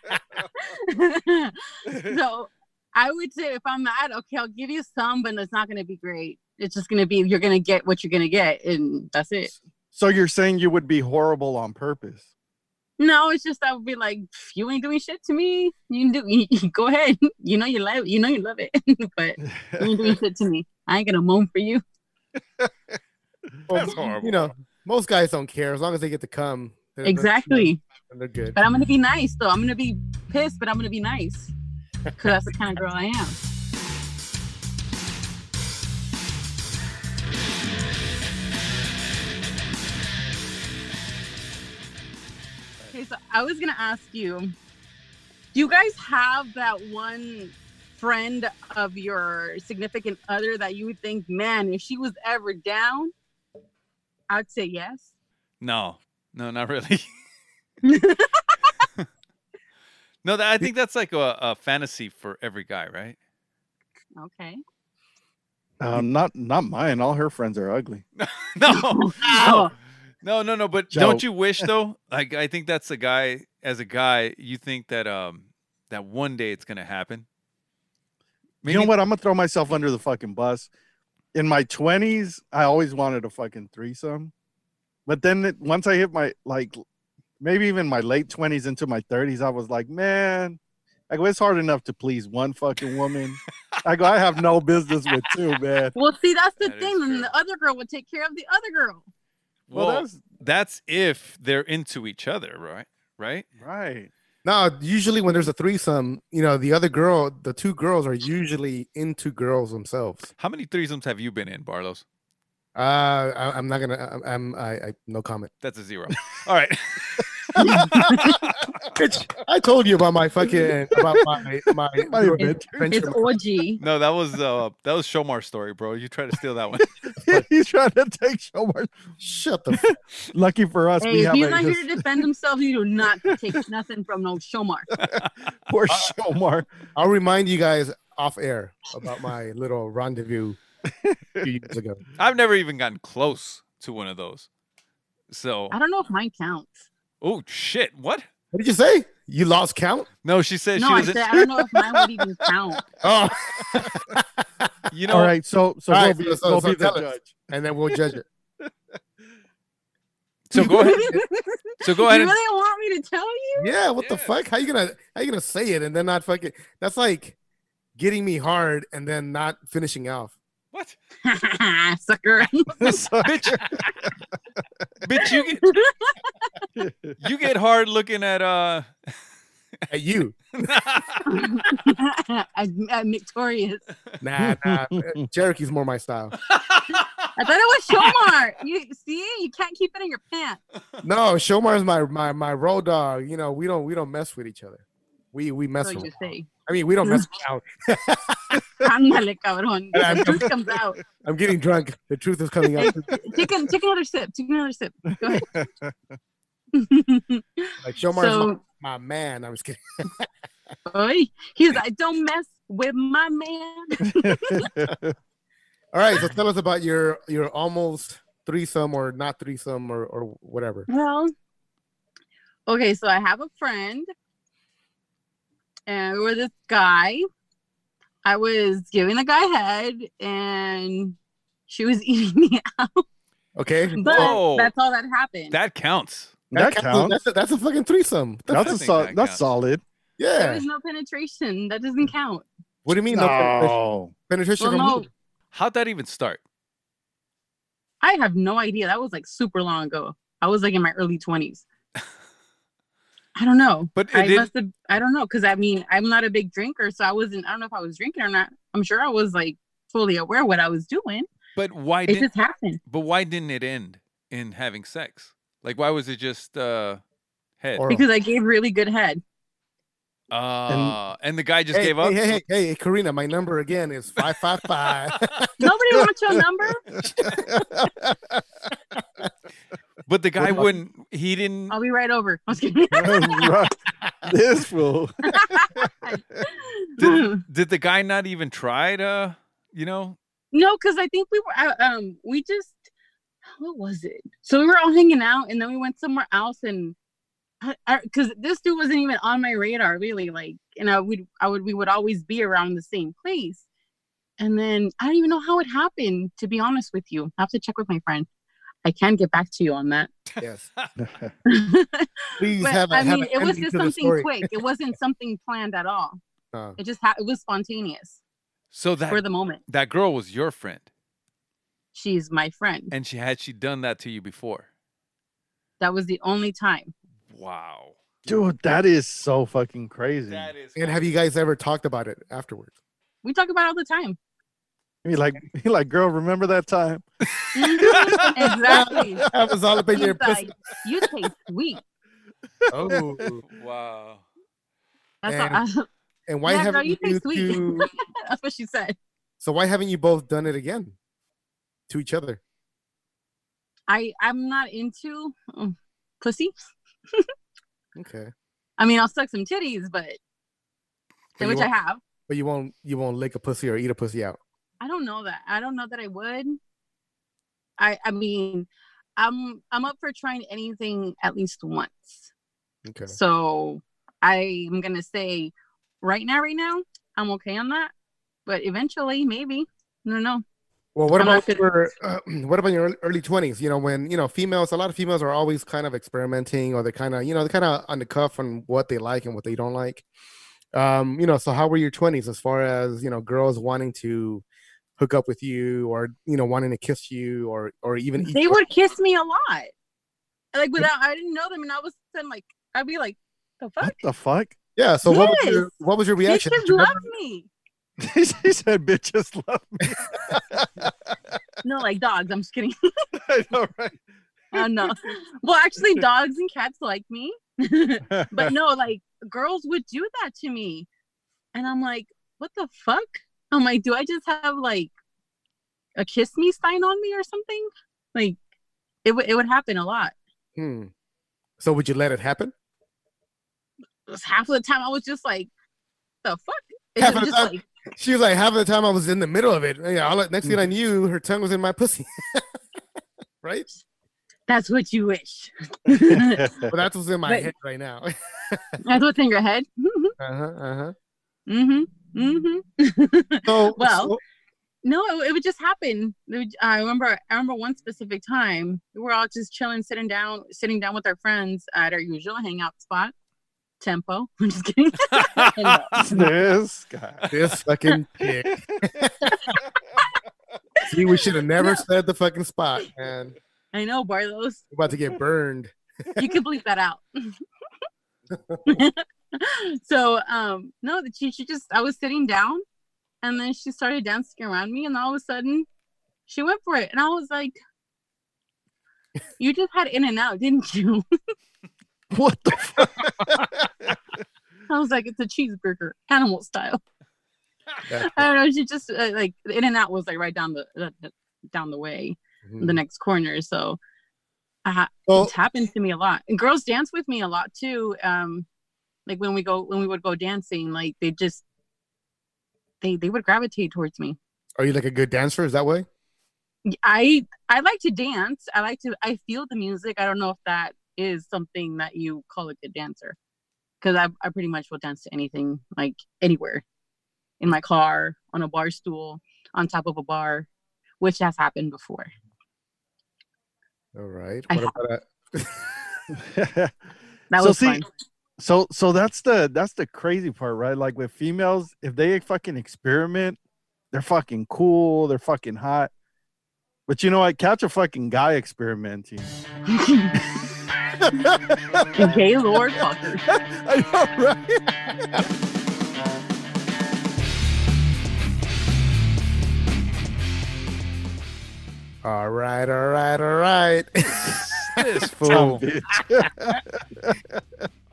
H: said. so I would say if I'm mad, okay, I'll give you some, but it's not going to be great. It's just going to be, you're going to get what you're going to get. And that's it.
G: so you're saying you would be horrible on purpose?
H: No, it's just I would be like, "Pff, you ain't doing shit to me. You can do. go ahead. You know you love. You know you love it. but you ain't
E: Mm-hmm.
H: doing shit to me. I ain't gonna moan for you.
E: Well,
F: That's horrible.
E: You know, most guys don't care as long as they get to come. they're- they're-
H: Exactly.
E: They're good.
H: But I'm gonna be nice though. I'm gonna be pissed, but I'm gonna be nice. Cause that's the kind of girl I am. Okay, so I was gonna ask you, do you guys have that one friend of your significant other that you would think, man, if she was ever down, I'd say yes.
F: No, no, not really. no, that, I think that's like a, a fantasy for every guy, right?
H: Okay.
G: Um, not not mine. All her friends are ugly.
F: no, no,
H: Ow.
F: no, no, no. But
G: Joke.
F: don't you wish though? Like, I think that's the guy. As a guy, you think that um that one day it's gonna happen.
G: You know what? I'm gonna throw myself under the fucking bus. In my 20s, I always wanted a fucking threesome, but then it, once I hit my like, maybe even my late 20s into my 30s, I was like, man, I go, it's hard enough to please one fucking woman. I go, I have no business with two, man.
H: Well, see, that's the
F: That is
H: thing.
F: true.
H: Then the other girl would take care of the other girl.
G: Well,
F: Well,
G: that's
F: that's that's if they're into each other, right? Right?
G: right.
E: No, usually when there's a threesome, you know, the other girl, the two girls are usually into girls themselves.
F: How many threesomes have you been in, Barlos?
E: Uh, I, I'm not gonna. I, I'm. I, I. No comment.
F: That's a zero. All right.
E: Bitch, I told you about my fucking about my my,
G: My
H: It's, it's orgy.
F: No, that was uh that was Shomar's story, bro. You try to steal that one.
G: he's trying to take Shomar.
E: Shut the. F-
G: Lucky for us,
H: Hey,
G: we
H: if
G: have
H: he's
G: a
H: not
G: his,
H: here to defend himself, you do not take nothing from no Shomar.
G: poor
E: Uh,
G: Shomar.
E: I'll remind you guys off air about my little rendezvous a few years ago.
F: I've never even gotten close to one of those. So,
H: I don't know if mine counts.
F: oh shit, what?
E: What did you say? You lost count?
F: No, she said
H: No,
F: she
H: I
F: was. in-
H: said I don't know if mine would even count.
E: Oh,
F: you know,
G: All right, so so
E: All
G: we'll
E: right,
G: be,
E: so- so-
G: we'll
E: so
G: be the
E: tell us.
G: judge.
E: and then we'll judge it.
F: so go ahead.
H: you
F: So go ahead. And,
H: really want me to tell you?
E: Yeah, what the
F: Yeah.
E: fuck? How you gonna how you gonna say it and then not fucking? That's like getting me hard and then not finishing off.
F: what,
H: Sucker.
F: bitch? bitch, you get you get hard looking at uh.
E: At you,
H: I'm, I'm victorious.
E: nah, nah. Cherokee's more my style.
H: I thought it was Shomar. You see, you can't keep it in your pants.
E: No, Shomar's my my my road dog. You know, we don't we don't mess with each other. We we mess
H: So you
E: with.
H: say,
E: I mean, we don't mess with count.
H: "Ándale, cabrón."
E: Yeah, I'm-
H: The truth comes out.
E: I'm getting drunk. The truth is coming out.
H: Take, an, take another sip. Take another sip. Go ahead.
E: Like Shomar's
H: so,
E: my, my man. I'm just kidding.
H: oy, he's like, "Don't mess with my man."
E: All right, so tell us about your your almost threesome or not threesome or or whatever.
H: Well, okay, so I have a friend, and we were this guy. I was giving the guy head, and she was eating me
E: Okay,
H: But
F: Whoa.
H: that's all that happened.
F: that counts.
G: That
E: counts.
G: counts.
E: That's a, that's a fucking threesome. What the
G: That's
F: I
G: a
F: think
G: sol-
F: that
G: that's
F: counts.
G: solid.
H: there
E: Yeah.
H: was no penetration. That doesn't count.
E: What do you mean? No. penetration- penetration
H: Well,
E: from
H: no,
E: who?
F: How'd that even start?
H: I have no idea. That was like super long ago. I was like in my early twenties. I don't know.
F: But it
H: I
F: didn't-
H: must have. I don't know because I mean I'm not a big drinker, so I wasn't. I don't know if I was drinking or not. I'm sure I was like fully aware what I was doing.
F: But why
H: It
F: did?
H: just happened.
F: But why didn't it end in having sex? Like, why was it just uh head?
E: Or-
H: Because I gave really good head.
F: uh, and, the guy just
E: hey,
F: gave up.
E: Hey, hey, hey, hey, Karina, my number again is five five five.
H: Nobody wants your number.
F: But the guy wouldn't. He didn't.
H: I'll be right over. I'm just kidding.
G: Right. this fool.
F: Did, did the guy not even try to? You know,
H: No, because I think we were out- um we just what was it? So we were all hanging out and then we went somewhere else and I because this dude wasn't even on my radar really like and I would I would we would always be around the same place and then I don't even know how it happened to be honest with you I have to check with my friend I can get back to you on that
E: yes.
G: That's
H: but
E: Please have a,
H: I
E: have
H: mean
E: an
H: it was
E: ending
H: just
E: to the
H: something
E: story.
H: quick it wasn't something planned at all
E: Uh,
H: it just ha- it was spontaneous
F: so that
H: for the moment
F: that girl was your friend,
H: she's my friend
F: and she had she done that to you before?
H: that was the only time
F: Wow,
G: Dude, that is so fucking crazy.
F: that is.
E: and have you guys ever talked about it afterwards?
H: we talk about it all the time
G: He like he like, girl, remember that time?
H: exactly.
E: Have a jalapeno Mm-hmm. pussy.
H: He's like, you taste sweet.
E: Oh,
F: wow.
H: That's,
E: And-
H: all,
E: and why
H: Yeah, girl,
E: haven't
H: you
E: you
H: taste sweet.
E: two?
H: that's what she said.
E: So why haven't you both done it again to each other?
H: I I'm not into mm, pussy.
E: Okay,
H: I mean, I'll suck some titties, but
E: But you
H: which I
E: won't-
H: have.
E: but you won't you won't lick a pussy or eat a pussy out.
H: I don't know that. I don't know that I would. I I mean, I'm I'm up for trying anything at least once.
E: Okay,
H: So I'm gonna say, right now, right now, I'm okay on that. But eventually, maybe. No, no.
E: Well, what
H: I'm
E: about
H: not
E: your uh, what about your early- early twenties? You know, when you know females, a lot of females are always kind of experimenting, or they're kind of you know they're kind of on the cuff on what they like and what they don't like. Um, you know, so how were your twenties as far as you know girls wanting to hook up with you, or you know wanting to kiss you, or or even eat
H: they
E: your-
H: would kiss me a lot. Like without, I didn't know them, and all of a sudden, like I'd be like, "The fuck?"
G: What the fuck?
E: yeah. So what was your
H: Yes.
E: what was your
H: They
E: reaction?
H: just
E: Did you
H: love
E: remember-
H: me.
G: he said, bitches love me.
H: No, like dogs. I'm just kidding.
G: I know, right?
H: Oh no. Well, actually, dogs and cats like me, but no, like girls would do that to me, and I'm like, what the fuck? I'm like, do I just have like a kiss me sign on me or something? Like, it would it would happen a lot.
E: Hmm. So would you let it happen?
H: It was half of the time I was just like, the fuck. It
E: Half
H: was
E: of the
H: just
E: time?
H: like,
E: She was like, half of the time I was in the middle of it. Yeah, all, next
H: Hmm.
E: thing I knew, her tongue was in my pussy. right?
H: that's what you wish. that's
G: yeah.
E: But that's what's in my
H: Right.
E: head right now.
H: what's in your head. Mm-hmm.
E: uh-huh, uh-huh.
H: hmm hmm
E: So,
H: Well,
E: so-
H: No, it, it would just happen. It would- I remember. I remember one specific time we were all just chilling, sitting down, sitting down with our friends at our usual hangout spot, Tempo. I'm just kidding. No.
G: this guy.
E: this fucking dick. See, we should have never said the fucking spot, man.
H: I know Barlos.
E: We're about to get burned.
H: You can bleep that out. so, um, no, that she she just I was sitting down, and then she started dancing around me, and all of a sudden, she went for it, and I was like, "You just had in and out, didn't you?"
G: What the fuck?
H: I was like, it's a cheeseburger, animal style.
E: Yeah.
H: I don't know. She just uh, like In and Out was like right down the, the, the- down the way,
E: Hmm.
H: the next corner. So uh,
E: So,
H: it's happened to me a lot. And girls dance with me a lot too. Um, like when we go when we would go dancing, like they just they they would gravitate towards me.
E: are you like a good dancer? Is that way?
H: I I like to dance. I like to I feel the music. I don't know if that is something that you call a good dancer. Cuz I I pretty much will dance to anything like anywhere. In my car, on a bar stool, on top of a bar, which has happened before.
E: All right.
H: I
E: What about that?
H: That
G: So
H: was
G: see-
H: fun.
G: so so that's the that's the crazy part, right? Like with females, if they fucking experiment, they're fucking cool, they're fucking hot. But you know what? Catch a fucking guy experimenting.
H: Gay lord fucker.
G: I know, right?
E: all right, all right, all right.
F: this
G: Dumb
F: fool.
G: bitch.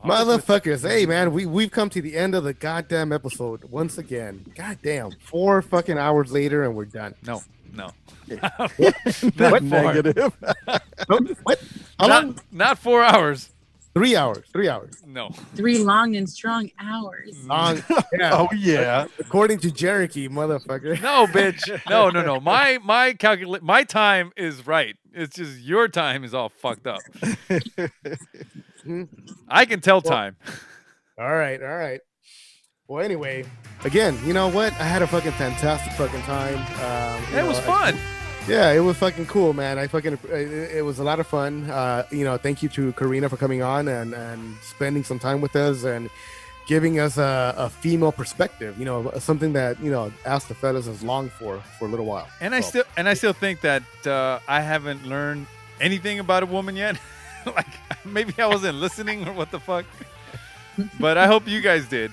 E: Motherfuckers, hey man, we we've come to the end of the goddamn episode once again. Goddamn, four fucking hours later and we're done.
F: No, no.
G: That
F: What?
G: negative.
E: what? How long?
F: Not, not four hours.
E: Three hours. Three hours.
F: No.
H: Three long and strong hours.
E: Long. Yeah.
G: Oh yeah.
E: According to Jericho, motherfucker.
F: No, bitch. No, no, no. My my calcula- my time is right. It's just your time is all fucked up. I can tell time.
E: All right, all right. Well, anyway, again, you know what? I had a fucking fantastic fucking time. Um, you
F: It was
E: know, I-
F: fun.
E: Yeah, it was fucking cool, man. I fucking it, it was a lot of fun. Uh, you know, thank you to Karina for coming on and and spending some time with us and giving us a, a female perspective. You know, something that you know Ask the Fellas has longed for for a little while.
F: And I
E: So,
F: still and I still think that uh, I haven't learned anything about a woman yet. like maybe I wasn't listening or what the fuck. But I hope you guys did.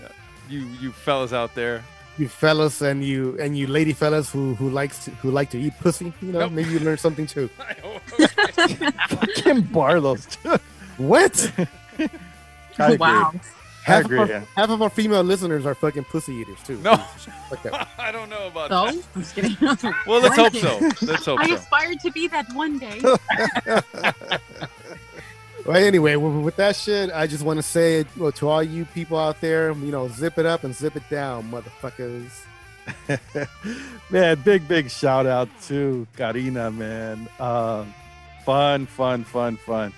F: Uh, You you fellas out there.
E: you fellas and you and you lady fellas who who likes to, who like to eat pussy. You know,
F: Nope.
E: maybe you learned something too.
G: Kim Barlow's.
E: What?
G: I
H: wow.
G: agree. I
E: Half of,
G: agree.
E: our,
G: yeah.
E: half of our female listeners are fucking pussy eaters too.
F: No.
E: Fuck that.
F: I don't know about
H: So
F: that.
H: I'm just kidding. I
F: Well, let's hope so. Let's hope so.
H: aspire to be that one day.
E: Well, anyway, with, with that shit, I just want to say well, to all you people out there, you know, zip it up and zip it down, motherfuckers.
G: man, big, big shout out to Karina, man. Um, fun, fun, fun, fun.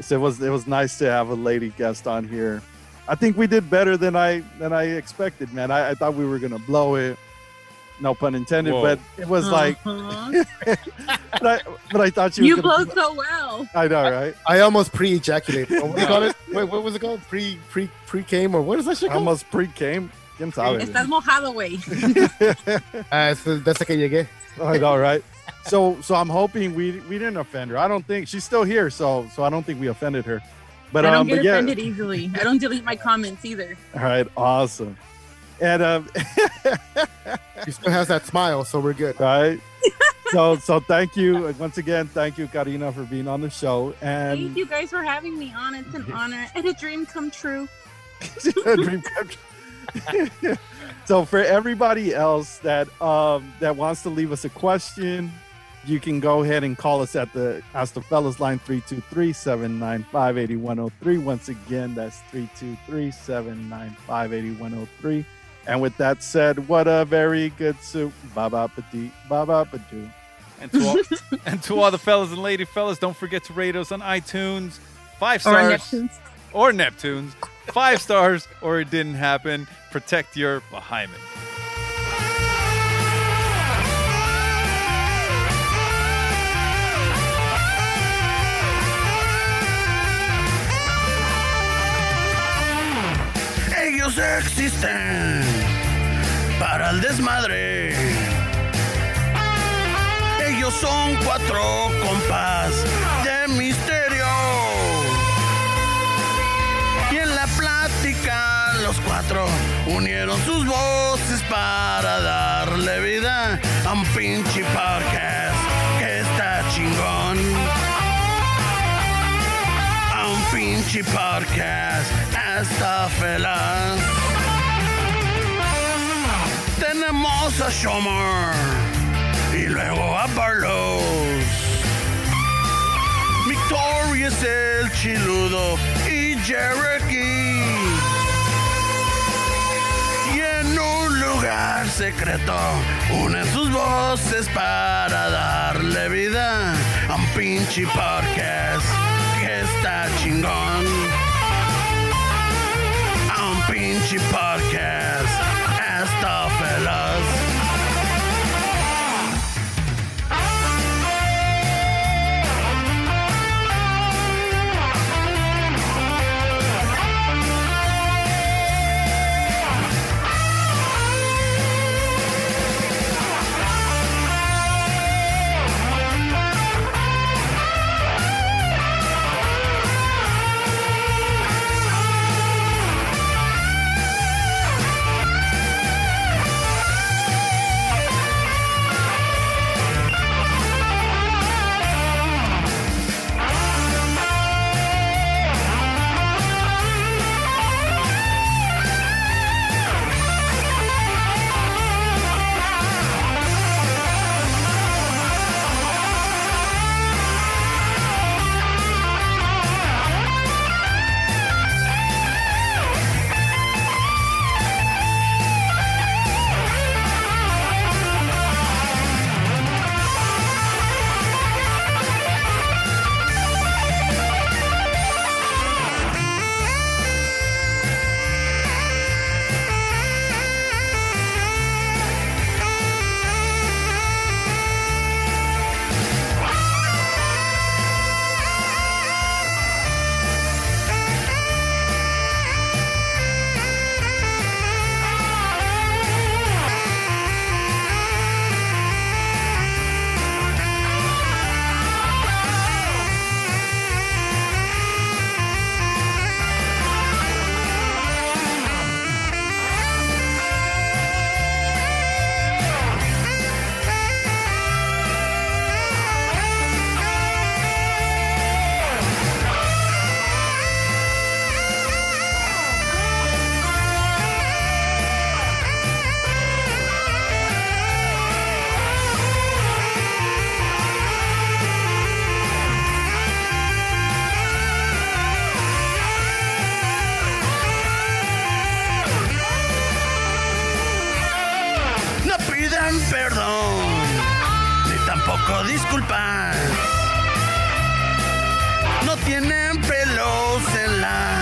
G: So it was it was nice to have a lady guest on here. I think we did better than I than I expected, man. I, I thought we were gonna blow it. No pun intended,
F: Whoa.
G: but it was like
H: Uh-huh.
G: but I, but I thought you
H: you
G: were
H: blow
G: gonna,
H: so well.
G: I know, right?
E: I almost pre-ejaculated. What was it
F: No.
E: called? Wait, what was it called? Pre pre pre came or what is that shit
G: I
E: called?
G: almost pre came. Quién sabe?
H: Estás mojado, güey.
E: Ah, it's the- that's okay, llegué.
G: I know, right? So, so I'm hoping we we didn't offend her. I don't think she's still here, so so I don't think we offended her. But
H: I don't
G: um,
H: get
G: but yeah,
H: offended easily. I don't delete my comments either.
G: all right, awesome. And um,
E: She still has that smile, so we're good.
G: right. so so thank you uh, once again. Thank you, Karina, for being on the show. And
H: Thank you guys for having me on. It's an honor and a dream come true.
G: Dream come true. so for everybody else that um that wants to leave us a question you can go ahead and call us at the ask the fellas line 323-795-8103 once again that's 323-795-8103 and with that said what a very good soup baba ba baba ba
I: And to all, and to all the fellas and lady fellas, don't forget to rate us on iTunes, five stars or Neptunes, five stars or it didn't happen. Protect your behind
F: Ellos existen para el desmadre. Ellos son cuatro compas de misterio. Y en la plática los cuatro unieron sus voces para darle vida a un pinche podcast que está chingón. A un pinche podcast está feliz. Tenemos a Shomer y luego a Barlos. Victoria es el chiludo y Jericho y en un lugar secreto unen sus voces para darle vida a un pinche podcast que está chingón. A un pinche podcast está feliz. No pidan perdón, ni tampoco disculpas. No tienen pelos en la